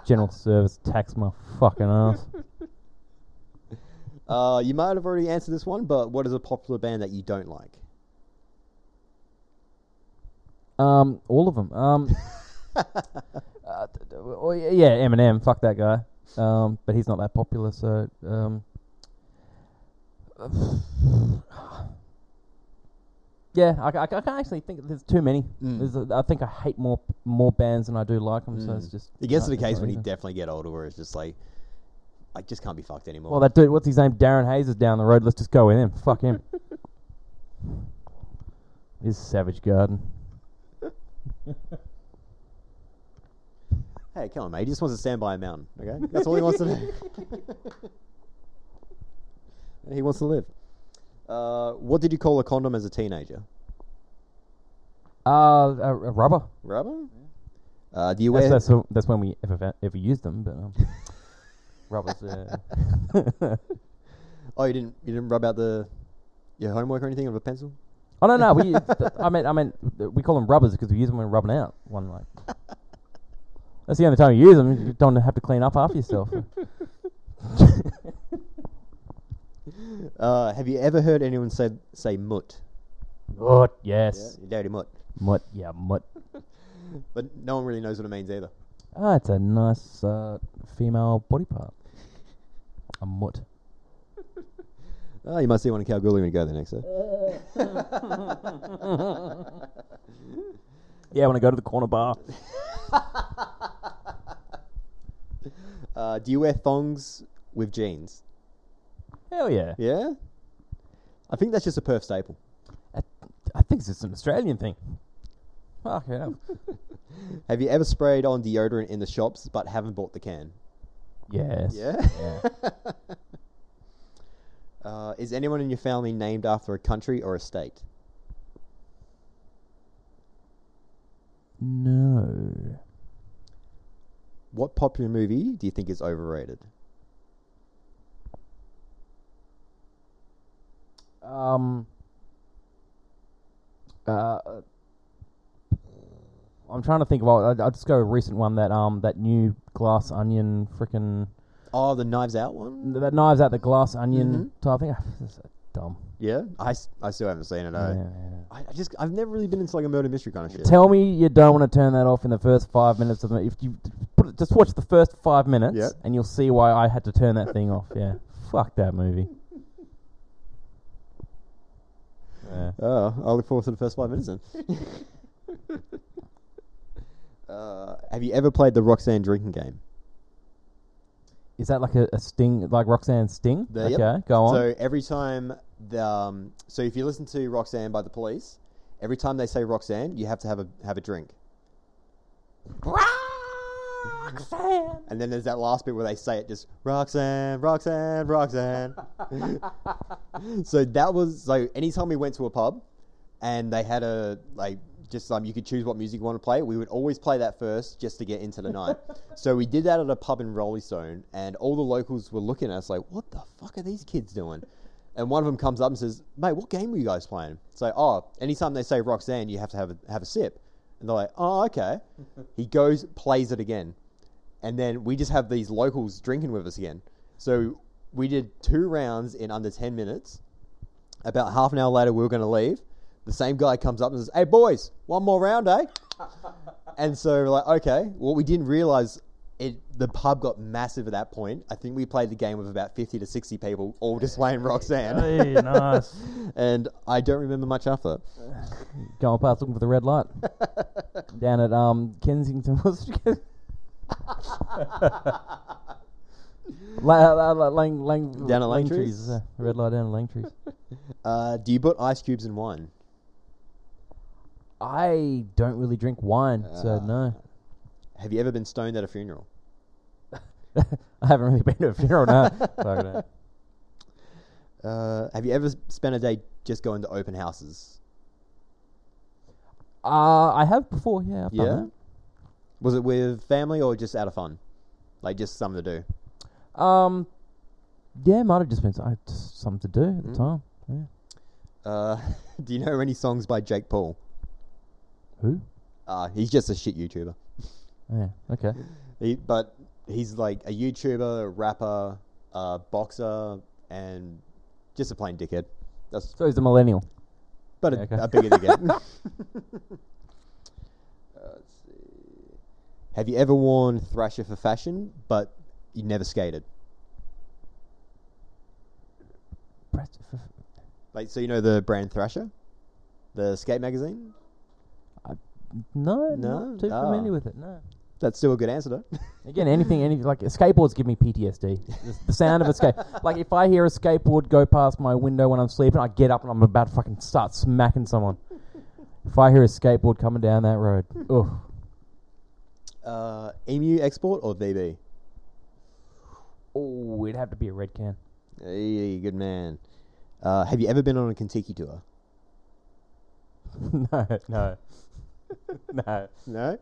[SPEAKER 2] general service tax my fucking ass.
[SPEAKER 1] Uh, you might have already answered this one, but what is a popular band that you don't like?
[SPEAKER 2] Um, all of them. Um, uh, d- d- oh, y- yeah, Eminem. Fuck that guy. Um, but he's not that popular, so um. Yeah, I, ca- I, ca- I can't actually think. There's too many.
[SPEAKER 1] Mm.
[SPEAKER 2] There's a, I think I hate more more bands than I do like them. So it's
[SPEAKER 1] Mm.
[SPEAKER 2] just.
[SPEAKER 1] It gets to
[SPEAKER 2] no,
[SPEAKER 1] the
[SPEAKER 2] it's not
[SPEAKER 1] case when you
[SPEAKER 2] easy.
[SPEAKER 1] definitely get older, where it's just like, I just can't be fucked anymore.
[SPEAKER 2] Well, that dude, what's his name? Darren Hayes is down the road. Let's just go with him. Fuck him. His Savage Garden.
[SPEAKER 1] hey, come on, mate. He just wants to stand by a mountain. Okay, that's all he wants to do. he wants to live. Uh, what did you call a condom as a teenager?
[SPEAKER 2] Uh, a, a rubber.
[SPEAKER 1] Rubber. Uh, do you
[SPEAKER 2] That's,
[SPEAKER 1] wear?
[SPEAKER 2] that's, wh- that's when we ever ever used them, but um, rubbers. Uh,
[SPEAKER 1] Oh, you didn't. You didn't rub out the your homework or anything with a pencil.
[SPEAKER 2] oh no, no. We th- I mean I mean we call them rubbers because we use them when rubbing out one like. That's the only time you use them. You don't have to clean up after yourself.
[SPEAKER 1] Uh, have you ever heard anyone say say mutt?
[SPEAKER 2] Mutt, yes.
[SPEAKER 1] Yeah, you dirty mutt.
[SPEAKER 2] Mutt, yeah, mutt.
[SPEAKER 1] But no one really knows what it means either.
[SPEAKER 2] Ah, it's a nice uh, female body part. A mutt.
[SPEAKER 1] Oh, you might see one in Kalgoorlie when you go there next. Eh?
[SPEAKER 2] Yeah, when I go to the corner bar.
[SPEAKER 1] Uh, do you wear thongs with jeans?
[SPEAKER 2] Hell yeah.
[SPEAKER 1] Yeah. I think that's just a Perth staple.
[SPEAKER 2] I, I think it's just an Australian thing. Fuck yeah.
[SPEAKER 1] Have you ever sprayed on deodorant in the shops but haven't bought the can?
[SPEAKER 2] yes.
[SPEAKER 1] Yeah.
[SPEAKER 2] Yeah.
[SPEAKER 1] Uh, is anyone in your family named after a country or a state?
[SPEAKER 2] No.
[SPEAKER 1] What popular movie do you think is overrated?
[SPEAKER 2] Um. Uh. I'm trying to think of. all- I'd, I'd just go a recent one that um that new glass onion frickin'
[SPEAKER 1] Oh, the Knives Out one.
[SPEAKER 2] Mm-hmm. that knives out the glass onion type thing. That's so dumb.
[SPEAKER 1] Yeah, I, s- I still haven't seen it. eh?
[SPEAKER 2] Yeah, yeah.
[SPEAKER 1] I, I just I've never really been into like a murder mystery kind of shit.
[SPEAKER 2] Tell me you don't want to turn that off in the first five minutes of it. If you put it, just watch the first five minutes,
[SPEAKER 1] Yep.
[SPEAKER 2] and you'll see why I had to turn that thing off. Yeah, fuck that movie. Yeah.
[SPEAKER 1] Oh, I'll look forward to the first five minutes then. uh, have you ever played the Roxanne drinking game?
[SPEAKER 2] Is that like a, a sting, like Roxanne's sting?
[SPEAKER 1] The-
[SPEAKER 2] okay,
[SPEAKER 1] yep.
[SPEAKER 2] go on.
[SPEAKER 1] So every time the um, so if you listen to Roxanne by the Police, every time they say Roxanne, you have to have a have a drink.
[SPEAKER 2] Roxanne.
[SPEAKER 1] And then there's that last bit where they say it just Roxanne, Roxanne, Roxanne. so that was so anytime we went to a pub and they had a like just um you could choose what music you want to play, we would always play that first just to get into the night. so we did that at a pub in Rollystone and all the locals were looking at us like, What the fuck are these kids doing? And one of them comes up and says, Mate, what game were you guys playing? It's like, oh, anytime they say Roxanne, you have to have a have a sip. And they're like, Oh, okay. he goes, plays it again and then we just have these locals drinking with us again. So we did two rounds in under ten minutes. About half an hour later, we were going to leave. The same guy comes up and says, "Hey boys, one more round, eh?" and so we're like, "Okay." Well, we didn't realize it. The pub got massive at that point. I think we played the game with about fifty to sixty people, all just playing Roxanne.
[SPEAKER 2] Hey, nice.
[SPEAKER 1] and I don't remember much after.
[SPEAKER 2] Going past looking for the red light. Down at um Kensington. what's it called? La- la- la- lang, lang,
[SPEAKER 1] Down at Langtrees?
[SPEAKER 2] Langtrees, uh, red light down at Langtrees.
[SPEAKER 1] Uh, do you put ice cubes in wine?
[SPEAKER 2] I don't really drink wine, so
[SPEAKER 1] Ah.
[SPEAKER 2] no.
[SPEAKER 1] Have you ever been stoned at a funeral?
[SPEAKER 2] I haven't really been to a funeral, no. Fuck no.
[SPEAKER 1] Uh, have you ever s- spent a day just going to open houses?
[SPEAKER 2] Uh, I have before, yeah. I've done
[SPEAKER 1] Yeah.
[SPEAKER 2] that.
[SPEAKER 1] Was it with family or just out of fun? Like just something to do.
[SPEAKER 2] Um, yeah, might have just been so- I had just something to do at
[SPEAKER 1] Mm.
[SPEAKER 2] the time. Yeah.
[SPEAKER 1] Uh, do you know any songs by Jake Paul?
[SPEAKER 2] Who?
[SPEAKER 1] Uh, he's just a shit YouTuber.
[SPEAKER 2] Yeah. Okay.
[SPEAKER 1] He, but he's like a YouTuber, a rapper, a boxer, and just a plain dickhead. That's
[SPEAKER 2] So he's a millennial.
[SPEAKER 1] but a,
[SPEAKER 2] Yeah, okay.
[SPEAKER 1] a bigger dickhead. uh, let's see. Have you ever worn Thrasher for fashion, but you never skated?
[SPEAKER 2] Brett-
[SPEAKER 1] Like so, you know the brand Thrasher, the skate magazine.
[SPEAKER 2] No,
[SPEAKER 1] No?
[SPEAKER 2] not too
[SPEAKER 1] Ah.
[SPEAKER 2] familiar with it. No.
[SPEAKER 1] That's still a good answer, though.
[SPEAKER 2] Again, anything, any like skateboards give me PTSD. The, the sound of a skate, like if I hear a skateboard go past my window when I'm sleeping, I get up and I'm about to fucking start smacking someone. If I hear a skateboard coming down that road, oof.
[SPEAKER 1] Uh, Emu export or VB?
[SPEAKER 2] oh, it'd have to be a red can.
[SPEAKER 1] Hey, good man. Uh, have you ever been on a Kentucky tour?
[SPEAKER 2] no, no, no.
[SPEAKER 1] No,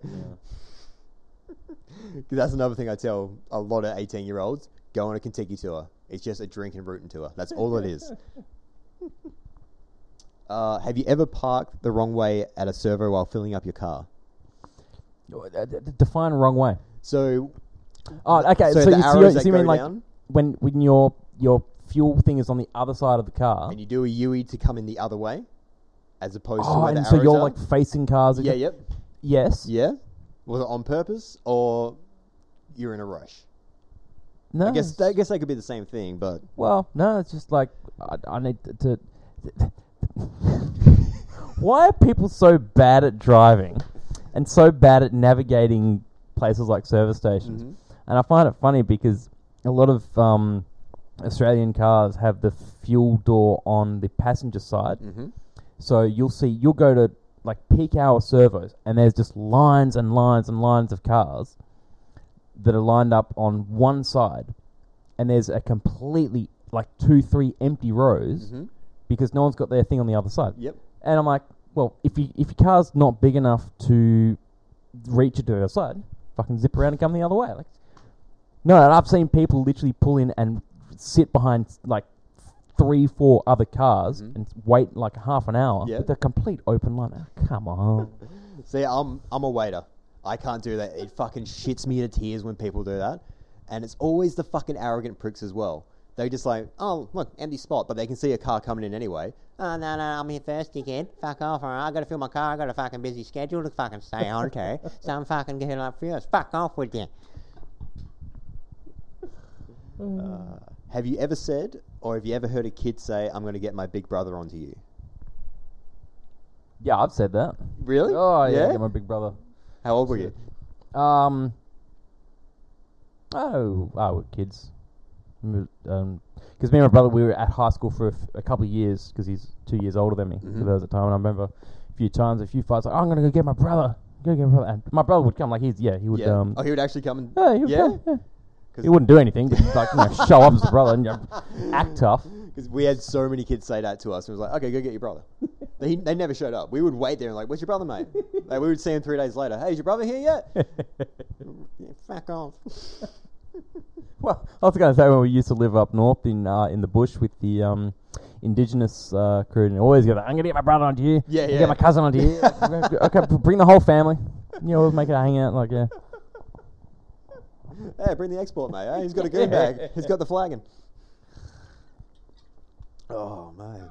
[SPEAKER 1] because that's another thing I tell a lot of eighteen-year-olds: go on a Kentucky tour. It's just a drink and rootin' tour. That's all it is. Uh, have you ever parked the wrong way at a servo while filling up your car?
[SPEAKER 2] Uh, d- d- Define wrong way.
[SPEAKER 1] So,
[SPEAKER 2] Oh, okay. So,
[SPEAKER 1] the
[SPEAKER 2] you, see,
[SPEAKER 1] arrows
[SPEAKER 2] you,
[SPEAKER 1] that
[SPEAKER 2] so you
[SPEAKER 1] go
[SPEAKER 2] mean like
[SPEAKER 1] down,
[SPEAKER 2] when when your your fuel thing is on the other side of the car?
[SPEAKER 1] and you do a UE to come in the other way, as opposed to
[SPEAKER 2] Oh,
[SPEAKER 1] where the
[SPEAKER 2] and
[SPEAKER 1] arrows
[SPEAKER 2] so you're
[SPEAKER 1] are?
[SPEAKER 2] like facing cars.
[SPEAKER 1] yeah,
[SPEAKER 2] again.
[SPEAKER 1] yep.
[SPEAKER 2] Yes.
[SPEAKER 1] Yeah. Was it on purpose or you're in a rush?
[SPEAKER 2] No.
[SPEAKER 1] I guess I guess they could be the same thing, but
[SPEAKER 2] Well, no, it's just like I, I need to. to Why are people so bad at driving and so bad at navigating places like service stations?
[SPEAKER 1] Mhm.
[SPEAKER 2] And I find it funny because a lot of um, Australian cars have the fuel door on the passenger side.
[SPEAKER 1] Mhm.
[SPEAKER 2] So you'll see, you'll go to like peak hour servos, and there's just lines and lines and lines of cars that are lined up on one side, and there's a completely like two, three empty rows
[SPEAKER 1] Mhm.
[SPEAKER 2] because no one's got their thing on the other side.
[SPEAKER 1] Yep.
[SPEAKER 2] And I'm like, well, if you if your car's not big enough to reach it to the other side, fucking zip around and come the other way. Like, no, and I've seen people literally pull in and sit behind like three, four other cars
[SPEAKER 1] Mhm.
[SPEAKER 2] and wait like half an hour
[SPEAKER 1] Yeah.
[SPEAKER 2] with a complete open line. Oh, come on.
[SPEAKER 1] See, I'm I'm a waiter. I can't do that. It fucking shits me to tears when people do that. And it's always the fucking arrogant pricks as well. They just like, oh, look, empty spot, but they can see a car coming in anyway.
[SPEAKER 3] Oh, no, no, I'm here first, dickhead. Fuck off, alright? I gotta fill my car, I got a fucking busy schedule to fucking stay on to. So I'm fucking getting up first. Fuck off with you.
[SPEAKER 1] Uh, have you ever said, or have you ever heard a kid say, I'm going to get my big brother onto you?
[SPEAKER 2] Yeah, I've said that.
[SPEAKER 1] Really?
[SPEAKER 2] Oh yeah, yeah my big brother.
[SPEAKER 1] How old were you?
[SPEAKER 2] Um. Oh, oh, we're kids. Because me and my brother, we were at high school for a, f- a couple of years because he's two years older than me. So
[SPEAKER 1] Mhm.
[SPEAKER 2] there was a time, and I remember a few times, a few fights. Like, "Oh, I'm gonna go get my brother. Go get my brother. And my brother would come. Like he's yeah, he would
[SPEAKER 1] yeah.
[SPEAKER 2] um.
[SPEAKER 1] oh, he would actually come and.
[SPEAKER 2] Yeah, he would
[SPEAKER 1] yeah?
[SPEAKER 2] come. Yeah.
[SPEAKER 1] 'Cause-
[SPEAKER 2] He wouldn't do anything, but he'd like you know, show up as a brother and you know, act tough.
[SPEAKER 1] Because we had so many kids say that to us. It was like, okay, go get your brother. they, they never showed up. We would wait there and like, where's your brother, mate? like, we would see him three days later. Hey, is your brother here yet?
[SPEAKER 3] Fuck off.
[SPEAKER 2] Well, I was going to say when we used to live up north in uh, in the bush with the um, indigenous uh, crew, and always go, "I'm going to get my brother onto you,
[SPEAKER 1] Yeah,
[SPEAKER 2] I'm
[SPEAKER 1] yeah.
[SPEAKER 2] get my cousin onto you, okay, b- bring the whole family." You know, we'll make it a hangout, like yeah.
[SPEAKER 1] hey, bring the export, mate. eh? He's got a goon bag. He's got the flagon. Oh, man.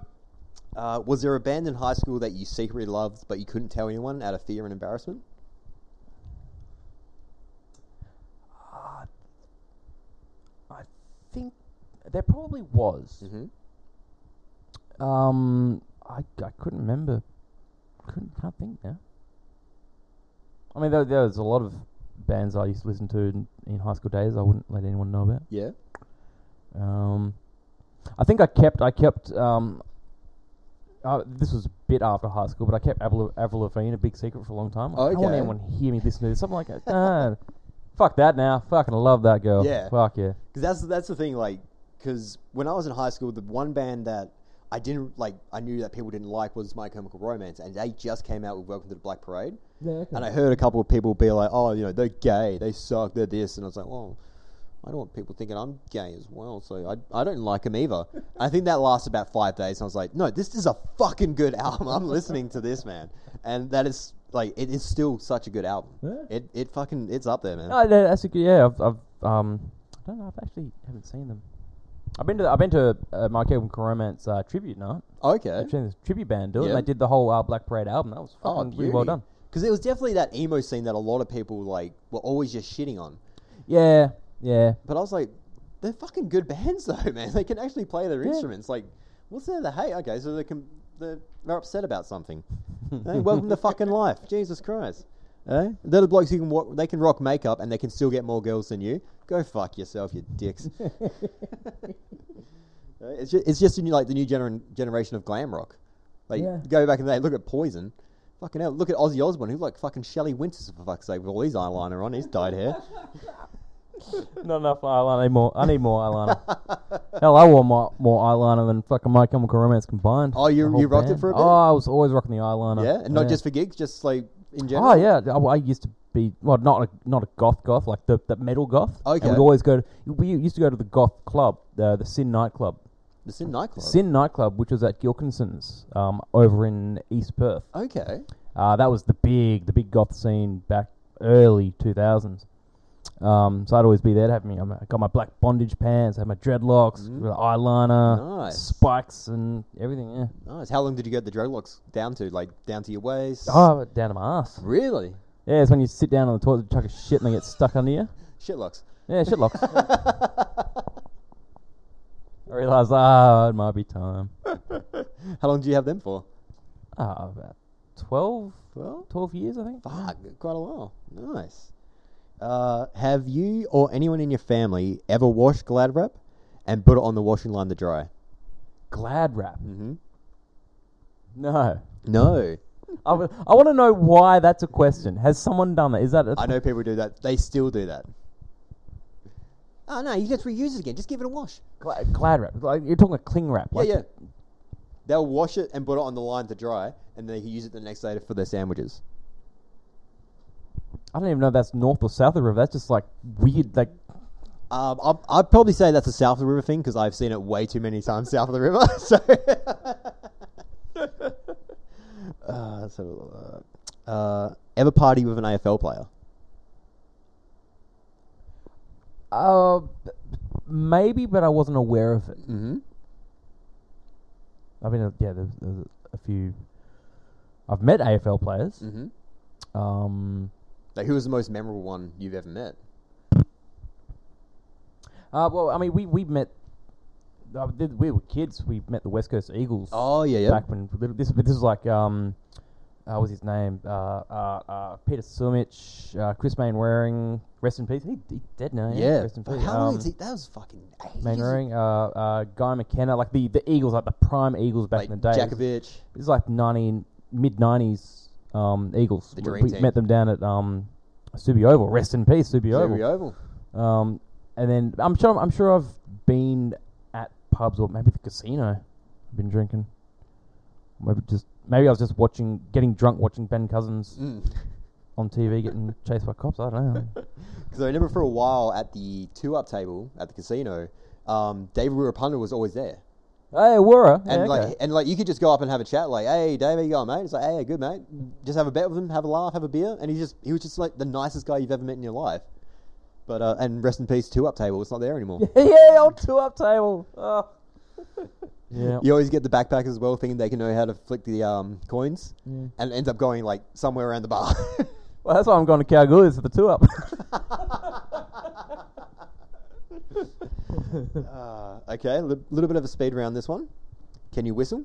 [SPEAKER 1] Uh, was there a band in high school that you secretly loved but you couldn't tell anyone out of fear and embarrassment?
[SPEAKER 2] Uh, I think there probably was.
[SPEAKER 1] Mm-hmm.
[SPEAKER 2] Um, I, I couldn't remember, couldn't can't think now. I mean, there, there was a lot of bands I used to listen to in, in high school days. I wouldn't let anyone know about.
[SPEAKER 1] Yeah.
[SPEAKER 2] Um, I think I kept I kept um, uh, this was a bit after high school, but I kept Avril, Avril Lavigne a big secret for a long time. I don't want
[SPEAKER 1] Okay.
[SPEAKER 2] anyone to hear me listen to this. Something like that. Nah, fuck that now. Fucking love that girl.
[SPEAKER 1] Yeah.
[SPEAKER 2] Fuck yeah.
[SPEAKER 1] Because that's that's the thing, like, because when I was in high school, the one band that I didn't like, I knew that people didn't like was My Chemical Romance, and they just came out with Welcome to the Black Parade,
[SPEAKER 2] Yeah.
[SPEAKER 1] and I heard a couple of people be like, "Oh, you know, they're gay, they suck, they're this," and I was like, "Well, I don't want people thinking I'm gay as well, so I I don't like them either." I think that lasted about five days, and I was like, "No, this is a fucking good album. I'm listening to this man," and that is like, it is still such a good album.
[SPEAKER 2] Yeah.
[SPEAKER 1] It it fucking it's up there, man.
[SPEAKER 2] No, no, that's a good. Yeah, I've, I've um, I don't know. I've actually haven't seen them. I've been to I've been to uh, My Chemical Romance uh, tribute night.
[SPEAKER 1] Okay.
[SPEAKER 2] I've seen this tribute band do it.
[SPEAKER 1] Yeah. Oh,
[SPEAKER 2] And they did the whole uh, Black Parade album. That was fucking really well done.
[SPEAKER 1] Because it was definitely that emo scene that a lot of people like were always just shitting on.
[SPEAKER 2] Yeah, yeah.
[SPEAKER 1] But I was like, they're fucking good bands though, man. They can actually play their
[SPEAKER 2] Yeah.
[SPEAKER 1] instruments. Like, what's there to hate? Okay, so they can they're, they're upset about something. hey, welcome to fucking life, Jesus Christ. Eh? They're the blokes who can walk, they can rock makeup and they can still get more girls than you. Go fuck yourself, you dicks. Eh, it's just, it's just the new, like the new gener- generation of glam rock. Like
[SPEAKER 2] Yeah.
[SPEAKER 1] go back in the day, look at Poison. Fucking hell, look at Ozzy Osbourne, who like fucking Shelley Winters for fuck's sake with all his eyeliner on, his dyed hair.
[SPEAKER 2] Not enough eyeliner. I need more. I need more eyeliner. Hell, I wore more, more eyeliner than fucking My Chemical Romance combined.
[SPEAKER 1] Oh, you-
[SPEAKER 2] The whole
[SPEAKER 1] you rocked it
[SPEAKER 2] band.
[SPEAKER 1] for a bit?
[SPEAKER 2] Oh, I was always rocking the eyeliner.
[SPEAKER 1] Yeah, and not just for gigs, just like in general.
[SPEAKER 2] Oh yeah, I, I used to be well, not a not a goth goth like the, the metal goth.
[SPEAKER 1] Okay.
[SPEAKER 2] And we'd always go. To, we used to go to the goth club, uh, the the Sin nightclub,
[SPEAKER 1] the Sin nightclub.
[SPEAKER 2] Sin nightclub, which was at Gilkinson's, um, over in East Perth.
[SPEAKER 1] Okay.
[SPEAKER 2] Uh, that was the big the big goth scene back early two thousands. Um, so I'd always be there to have me. I'm- I got my black bondage pants, had my dreadlocks,
[SPEAKER 1] Mm.
[SPEAKER 2] with eyeliner,
[SPEAKER 1] Nice.
[SPEAKER 2] spikes, and everything. Yeah.
[SPEAKER 1] Nice. How long did you get the dreadlocks down to? Like down to your waist?
[SPEAKER 2] Oh, down to my ass.
[SPEAKER 1] really?
[SPEAKER 2] Yeah, it's when you sit down on the toilet, to chuck a shit, and they get stuck under you.
[SPEAKER 1] Shitlocks.
[SPEAKER 2] Yeah, shit locks. I realised, ah, it might be time.
[SPEAKER 1] How long do you have them for?
[SPEAKER 2] Ah, about 12,
[SPEAKER 1] Well,
[SPEAKER 2] 12 years, I think.
[SPEAKER 1] fuck, quite a while. Nice. Uh, have you or anyone in your family ever washed Glad wrap and put it on the washing line to dry?
[SPEAKER 2] Glad wrap.
[SPEAKER 1] Mm-hmm.
[SPEAKER 2] No.
[SPEAKER 1] No.
[SPEAKER 2] I, want to know why that's a question. Has someone done that? Is that a
[SPEAKER 1] I know people do that. They still do that.
[SPEAKER 3] Oh, no, you just reuse it again. Just give it a wash.
[SPEAKER 2] gla- glad wrap? Like you're talking a cling wrap. Like
[SPEAKER 1] yeah, yeah. They'll wash it and put it on the line to dry, and they can use it the next day for their sandwiches.
[SPEAKER 2] I don't even know if that's north or south of the river. That's just like weird. Like
[SPEAKER 1] Um, I'll, I'd probably say that's a south of the river thing because I've seen it way too many times south of the river. So, uh, so uh, uh, ever party with an AFL player?
[SPEAKER 2] Uh, Maybe, but I wasn't aware of it.
[SPEAKER 1] Mm-hmm.
[SPEAKER 2] I mean, uh, yeah, there's, there's a few. I've met AFL players.
[SPEAKER 1] Mm-hmm.
[SPEAKER 2] Um,
[SPEAKER 1] Like, who was the most memorable one you've ever met?
[SPEAKER 2] uh, well, I mean, we we met. Uh, th- we were kids. We met the West Coast Eagles.
[SPEAKER 1] Oh yeah, yeah.
[SPEAKER 2] back when little- this this was like um, uh, what was his name? Uh, uh, uh, Peter Sumich, uh, Chris Mainwaring, rest in peace. He, he dead now. yeah,
[SPEAKER 1] yeah.
[SPEAKER 2] rest in peace.
[SPEAKER 1] How long
[SPEAKER 2] Um,
[SPEAKER 1] is he? That was fucking ages.
[SPEAKER 2] Mainwaring, uh, uh, Guy McKenna, like the, the Eagles, like the prime Eagles back
[SPEAKER 1] Like
[SPEAKER 2] in the day. It was-
[SPEAKER 1] Djakovic.
[SPEAKER 2] This is like ninety mid nineties um, Eagles.
[SPEAKER 1] The
[SPEAKER 2] We-
[SPEAKER 1] dream
[SPEAKER 2] we
[SPEAKER 1] team.
[SPEAKER 2] met them down at um, Subi Oval. Rest in peace, Subi Oval.
[SPEAKER 1] Zero Oval.
[SPEAKER 2] Um, and then I'm sure I'm sure I've been at pubs or maybe the casino. I've been drinking. Maybe just maybe I was just watching, getting drunk, watching Ben Cousins
[SPEAKER 1] Mm.
[SPEAKER 2] on TV getting chased by cops. I don't know.
[SPEAKER 1] Because I remember for a while at the two up table at the casino, um, David Wirapunda was always there,
[SPEAKER 2] hey, Wara.
[SPEAKER 1] and like and like you could just go up and have a chat, like, "Hey, Dave, how you going, mate?" It's like, "Hey, good, mate." Just have a bet with him, have a laugh, have a beer, and he just he was just like the nicest guy you've ever met in your life. But uh, and rest in peace, two up table. It's not there anymore.
[SPEAKER 2] yeah, old two up table. Oh. yeah.
[SPEAKER 1] You always get the backpack as well, thinking they can know how to flick the um, coins,
[SPEAKER 2] Yeah.
[SPEAKER 1] and it ends up going like somewhere around the bar.
[SPEAKER 2] Well, that's why I'm going to Kalgoorlie is for the two up.
[SPEAKER 1] uh, okay, a little bit of a speed round this one. Can you whistle?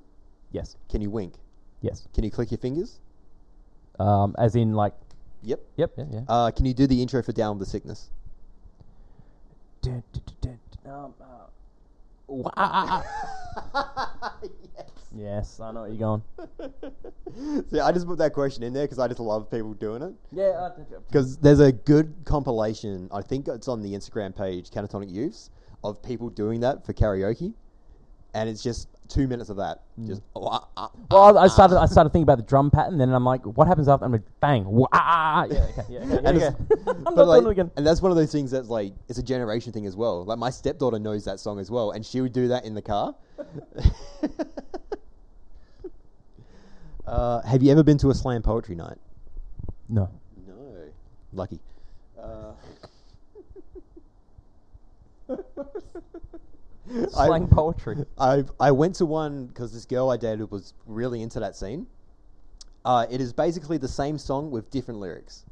[SPEAKER 2] yes.
[SPEAKER 1] Can you wink?
[SPEAKER 2] Yes.
[SPEAKER 1] Can you click your fingers?
[SPEAKER 2] Um, as in like.
[SPEAKER 1] Yep.
[SPEAKER 2] Yep. Yeah. Yeah.
[SPEAKER 1] Uh, can you do the intro for Down with the Sickness?
[SPEAKER 2] Dun, dun, dun, dun, um, uh, wha- ah, ah, ah. yes, I know where you're going.
[SPEAKER 1] See, I just put that question in there because I just love people doing it.
[SPEAKER 2] Yeah,
[SPEAKER 1] Because there's a good compilation, I think it's on the Instagram page, Catatonic Youths, of people doing that for karaoke. And it's just two minutes of that.
[SPEAKER 2] Mm.
[SPEAKER 1] Just, wah, ah,
[SPEAKER 2] well,
[SPEAKER 1] ah,
[SPEAKER 2] I
[SPEAKER 1] ah.
[SPEAKER 2] started. I started thinking about the drum pattern, then I'm like, what happens after? I'm like, bang, wha- ah, ah, ah. yeah, okay, yeah, okay, yeah,
[SPEAKER 1] And
[SPEAKER 2] okay.
[SPEAKER 1] it's-
[SPEAKER 2] I'm not
[SPEAKER 1] but
[SPEAKER 2] doing
[SPEAKER 1] like-
[SPEAKER 2] it again.
[SPEAKER 1] And that's one of those things that's like it's a generation thing as well. Like my stepdaughter knows that song as well, and she would do that in the car. uh, have you ever been to a slam poetry night?
[SPEAKER 2] No,
[SPEAKER 1] No. Lucky. Uh, I-
[SPEAKER 2] slang poetry.
[SPEAKER 1] I I went to one because this girl I dated was really into that scene. Uh, it is basically the same song with different lyrics,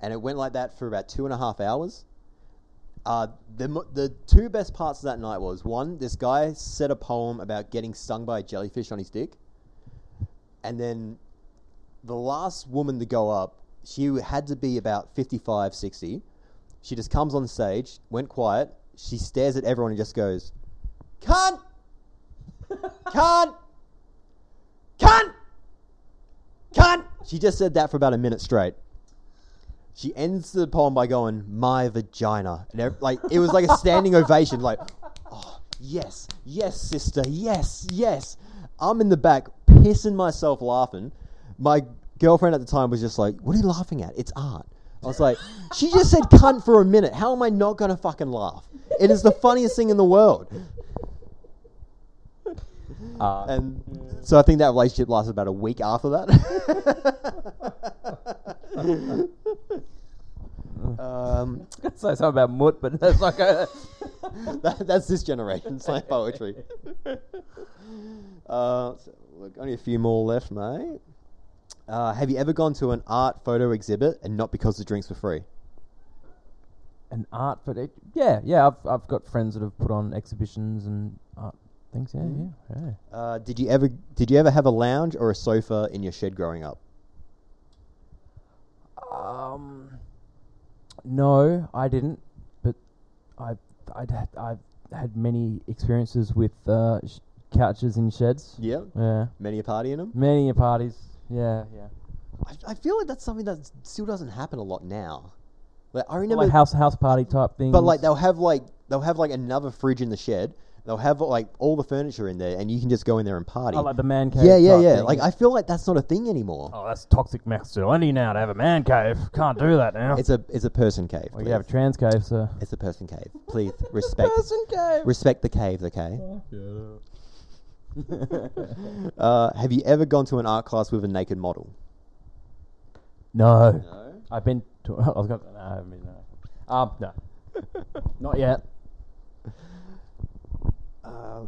[SPEAKER 1] and it went like that for about two and a half hours. Uh, the mo- the two best parts of that night was one, this guy said a poem about getting stung by a jellyfish on his dick, and then the last woman to go up, she had to be about 55, 60. She just comes on stage, went quiet. She stares at everyone and just goes, Cunt! Cunt! Cunt! Cunt! She just said that for about a minute straight. She ends the poem by going, "My vagina," and ev- like it was like a standing ovation. Like, oh yes, yes, sister, yes, yes. I'm in the back pissing myself laughing. My girlfriend at the time was just like, "What are you laughing at? It's art." I was like, "She just said cunt for a minute. How am I not gonna fucking laugh? It is the funniest thing in the world."
[SPEAKER 2] Uh,
[SPEAKER 1] And so I think that relationship lasted about a week after that. um,
[SPEAKER 2] I was gonna say something about Mut, but that's like a.
[SPEAKER 1] that, that's this generation slam poetry. uh, so, look, only a few more left, mate. Uh, have you ever gone to an art photo exhibit and not because the drinks were free?
[SPEAKER 2] an art for it. Yeah, yeah. I've I've got friends that have put on exhibitions and art things. Yeah, yeah, yeah.
[SPEAKER 1] Uh, did you ever did you ever have a lounge or a sofa in your shed growing up?
[SPEAKER 2] Um, no, I didn't. But I I'd had, I've had many experiences with uh, sh- couches in sheds.
[SPEAKER 1] Yeah,
[SPEAKER 2] Yeah,
[SPEAKER 1] many a party in them.
[SPEAKER 2] many a parties. Yeah, yeah.
[SPEAKER 1] I, I feel like that's something that still doesn't happen a lot now. Like I
[SPEAKER 2] Well,
[SPEAKER 1] remember
[SPEAKER 2] like house house party type things.
[SPEAKER 1] But like they'll have like they'll have like another fridge in the shed. They'll have like all the furniture in there, and you can just go in there and party.
[SPEAKER 2] oh, like the man cave.
[SPEAKER 1] yeah, yeah,
[SPEAKER 2] type
[SPEAKER 1] yeah.
[SPEAKER 2] thing.
[SPEAKER 1] Like I feel like that's not a thing anymore.
[SPEAKER 2] oh, that's toxic masculinity now to have a man cave. Can't do that now.
[SPEAKER 1] It's a it's a person cave. please.
[SPEAKER 2] we could have a trans cave, so.
[SPEAKER 1] it's a person cave. Please respect
[SPEAKER 2] cave.
[SPEAKER 1] respect the caves, okay? Uh, have you ever gone to an art class with a naked model?
[SPEAKER 2] No.
[SPEAKER 1] No.
[SPEAKER 2] I've been to. I was going. No, I haven't been. No. Um, no. Not yet.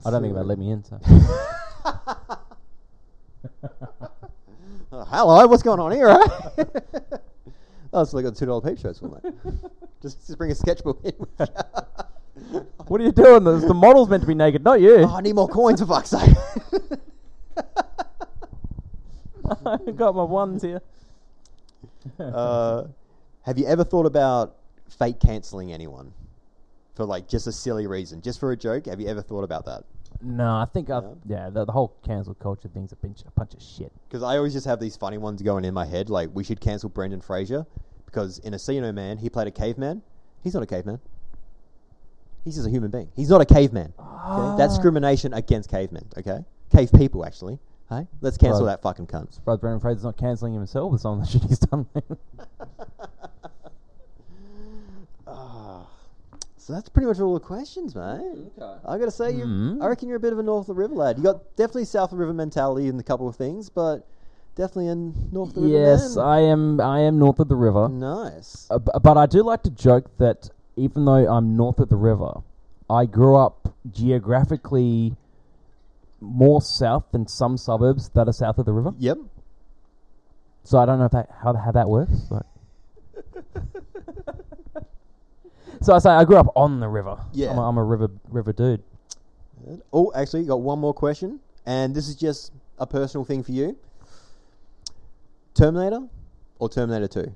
[SPEAKER 2] I don't think they let me in. Uh, So
[SPEAKER 1] Oh, hello, what's going on here, eh? oh, it's like a two dollar peep shows for me. just, just bring a sketchbook in. Oh, with you.
[SPEAKER 2] what are you doing? The, the model's meant to be naked, not you.
[SPEAKER 1] oh, I need more coins for fuck's sake.
[SPEAKER 2] I got my ones here.
[SPEAKER 1] uh, have you ever thought about fake cancelling anyone for like just a silly reason, just for a joke? Have you ever thought about that?
[SPEAKER 2] No, I think I yeah the, the whole cancel culture thing's a bunch a bunch of shit.
[SPEAKER 1] Because I always just have these funny ones going in my head. Like we should cancel Brendan Fraser because in a See No Man he played a caveman. He's not a caveman. He's just a human being. He's not a caveman. Okay? That's discrimination against cavemen. Okay, cave people actually. Hey, let's cancel
[SPEAKER 2] Right.
[SPEAKER 1] that fucking cunt.
[SPEAKER 2] Brother Brendan Fraser's not cancelling himself with some of the shit he's done.
[SPEAKER 1] Ah. So that's pretty much all the questions, mate.
[SPEAKER 4] Okay.
[SPEAKER 1] I gotta say, you
[SPEAKER 2] Mm.
[SPEAKER 1] I reckon you're a bit of a north of the river lad. You got definitely south of the river mentality in a couple of things, but definitely in north of the river.
[SPEAKER 2] yes,
[SPEAKER 1] man.
[SPEAKER 2] I am. I am north of the river.
[SPEAKER 1] nice.
[SPEAKER 2] Uh, b- but I do like to joke that even though I'm north of the river, I grew up geographically more south than some suburbs that are south of the river.
[SPEAKER 1] Yep.
[SPEAKER 2] So I don't know if that, how how that works. Like. so I say I grew up on the river.
[SPEAKER 1] Yeah.
[SPEAKER 2] I'm a, I'm a river river dude.
[SPEAKER 1] Good. Oh, actually, got one more question, and this is just a personal thing for you. Terminator or Terminator Two?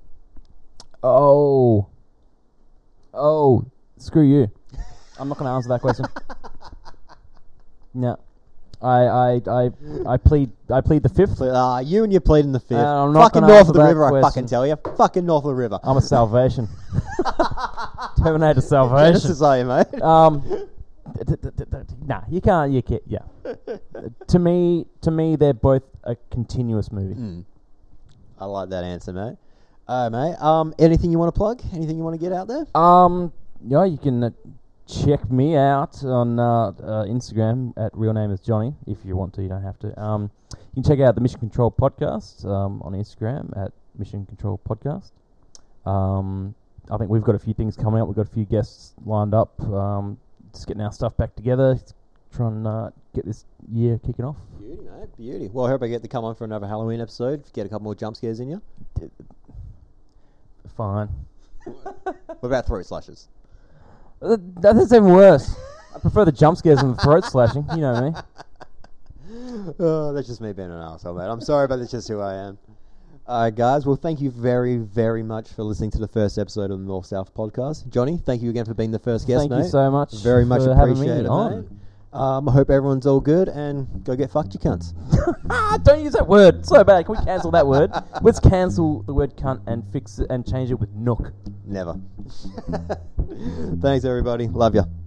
[SPEAKER 2] Oh, oh, screw you! I'm not going to answer that question. no, I, I, I, I plead, I plead the fifth.
[SPEAKER 1] Ah, you and your plead in the fifth.
[SPEAKER 2] Uh, I'm not
[SPEAKER 1] fucking
[SPEAKER 2] gonna
[SPEAKER 1] north
[SPEAKER 2] answer
[SPEAKER 1] of the
[SPEAKER 2] that
[SPEAKER 1] river, I
[SPEAKER 2] question.
[SPEAKER 1] fucking tell you. Fucking north of the river.
[SPEAKER 2] I'm a salvation. Terminator salvation.
[SPEAKER 1] Genesis, are you, mate?
[SPEAKER 2] Um, d- d- d- d- d- nah, you can't. You can't. Yeah. to me, to me, they're both a continuous movie.
[SPEAKER 1] Hmm. I like that answer, mate. All right, mate. Um, anything you want to plug? Anything you want to get out there?
[SPEAKER 2] Um, yeah, you can uh, check me out on uh, uh, Instagram at real name is Johnny. If you want to, you don't have to. Um, you can check out the Mission Control podcast um, on Instagram at Mission Control Podcast. Um, I think we've got a few things coming up. We've got a few guests lined up. Um, just getting our stuff back together. Trying to uh, get this year kicking off.
[SPEAKER 1] Beauty, mate. Beauty. Well, I hope I get to come on for another Halloween episode. Get a couple more jump scares in you.
[SPEAKER 2] Fine.
[SPEAKER 1] What about throat slashes?
[SPEAKER 2] Uh, that- That's even worse. I prefer the jump scares and the throat slashing. You know me.
[SPEAKER 1] Oh, that's just me being an asshole, mate. I'm sorry, but that's just who I am. All right, guys. Well, thank you very, very much for listening to the first episode of the North South podcast. Johnny, thank you again for being the first guest,
[SPEAKER 2] Thank
[SPEAKER 1] mate.
[SPEAKER 2] you so much.
[SPEAKER 1] Very much
[SPEAKER 2] for having me
[SPEAKER 1] appreciated, mate.
[SPEAKER 2] on.
[SPEAKER 1] Um, I hope everyone's all good and go get fucked, you cunts.
[SPEAKER 2] Ah, don't use that word. So bad. Can we cancel that word? Let's cancel the word cunt and fix it and change it with nook.
[SPEAKER 1] Never. Thanks, everybody. Love you.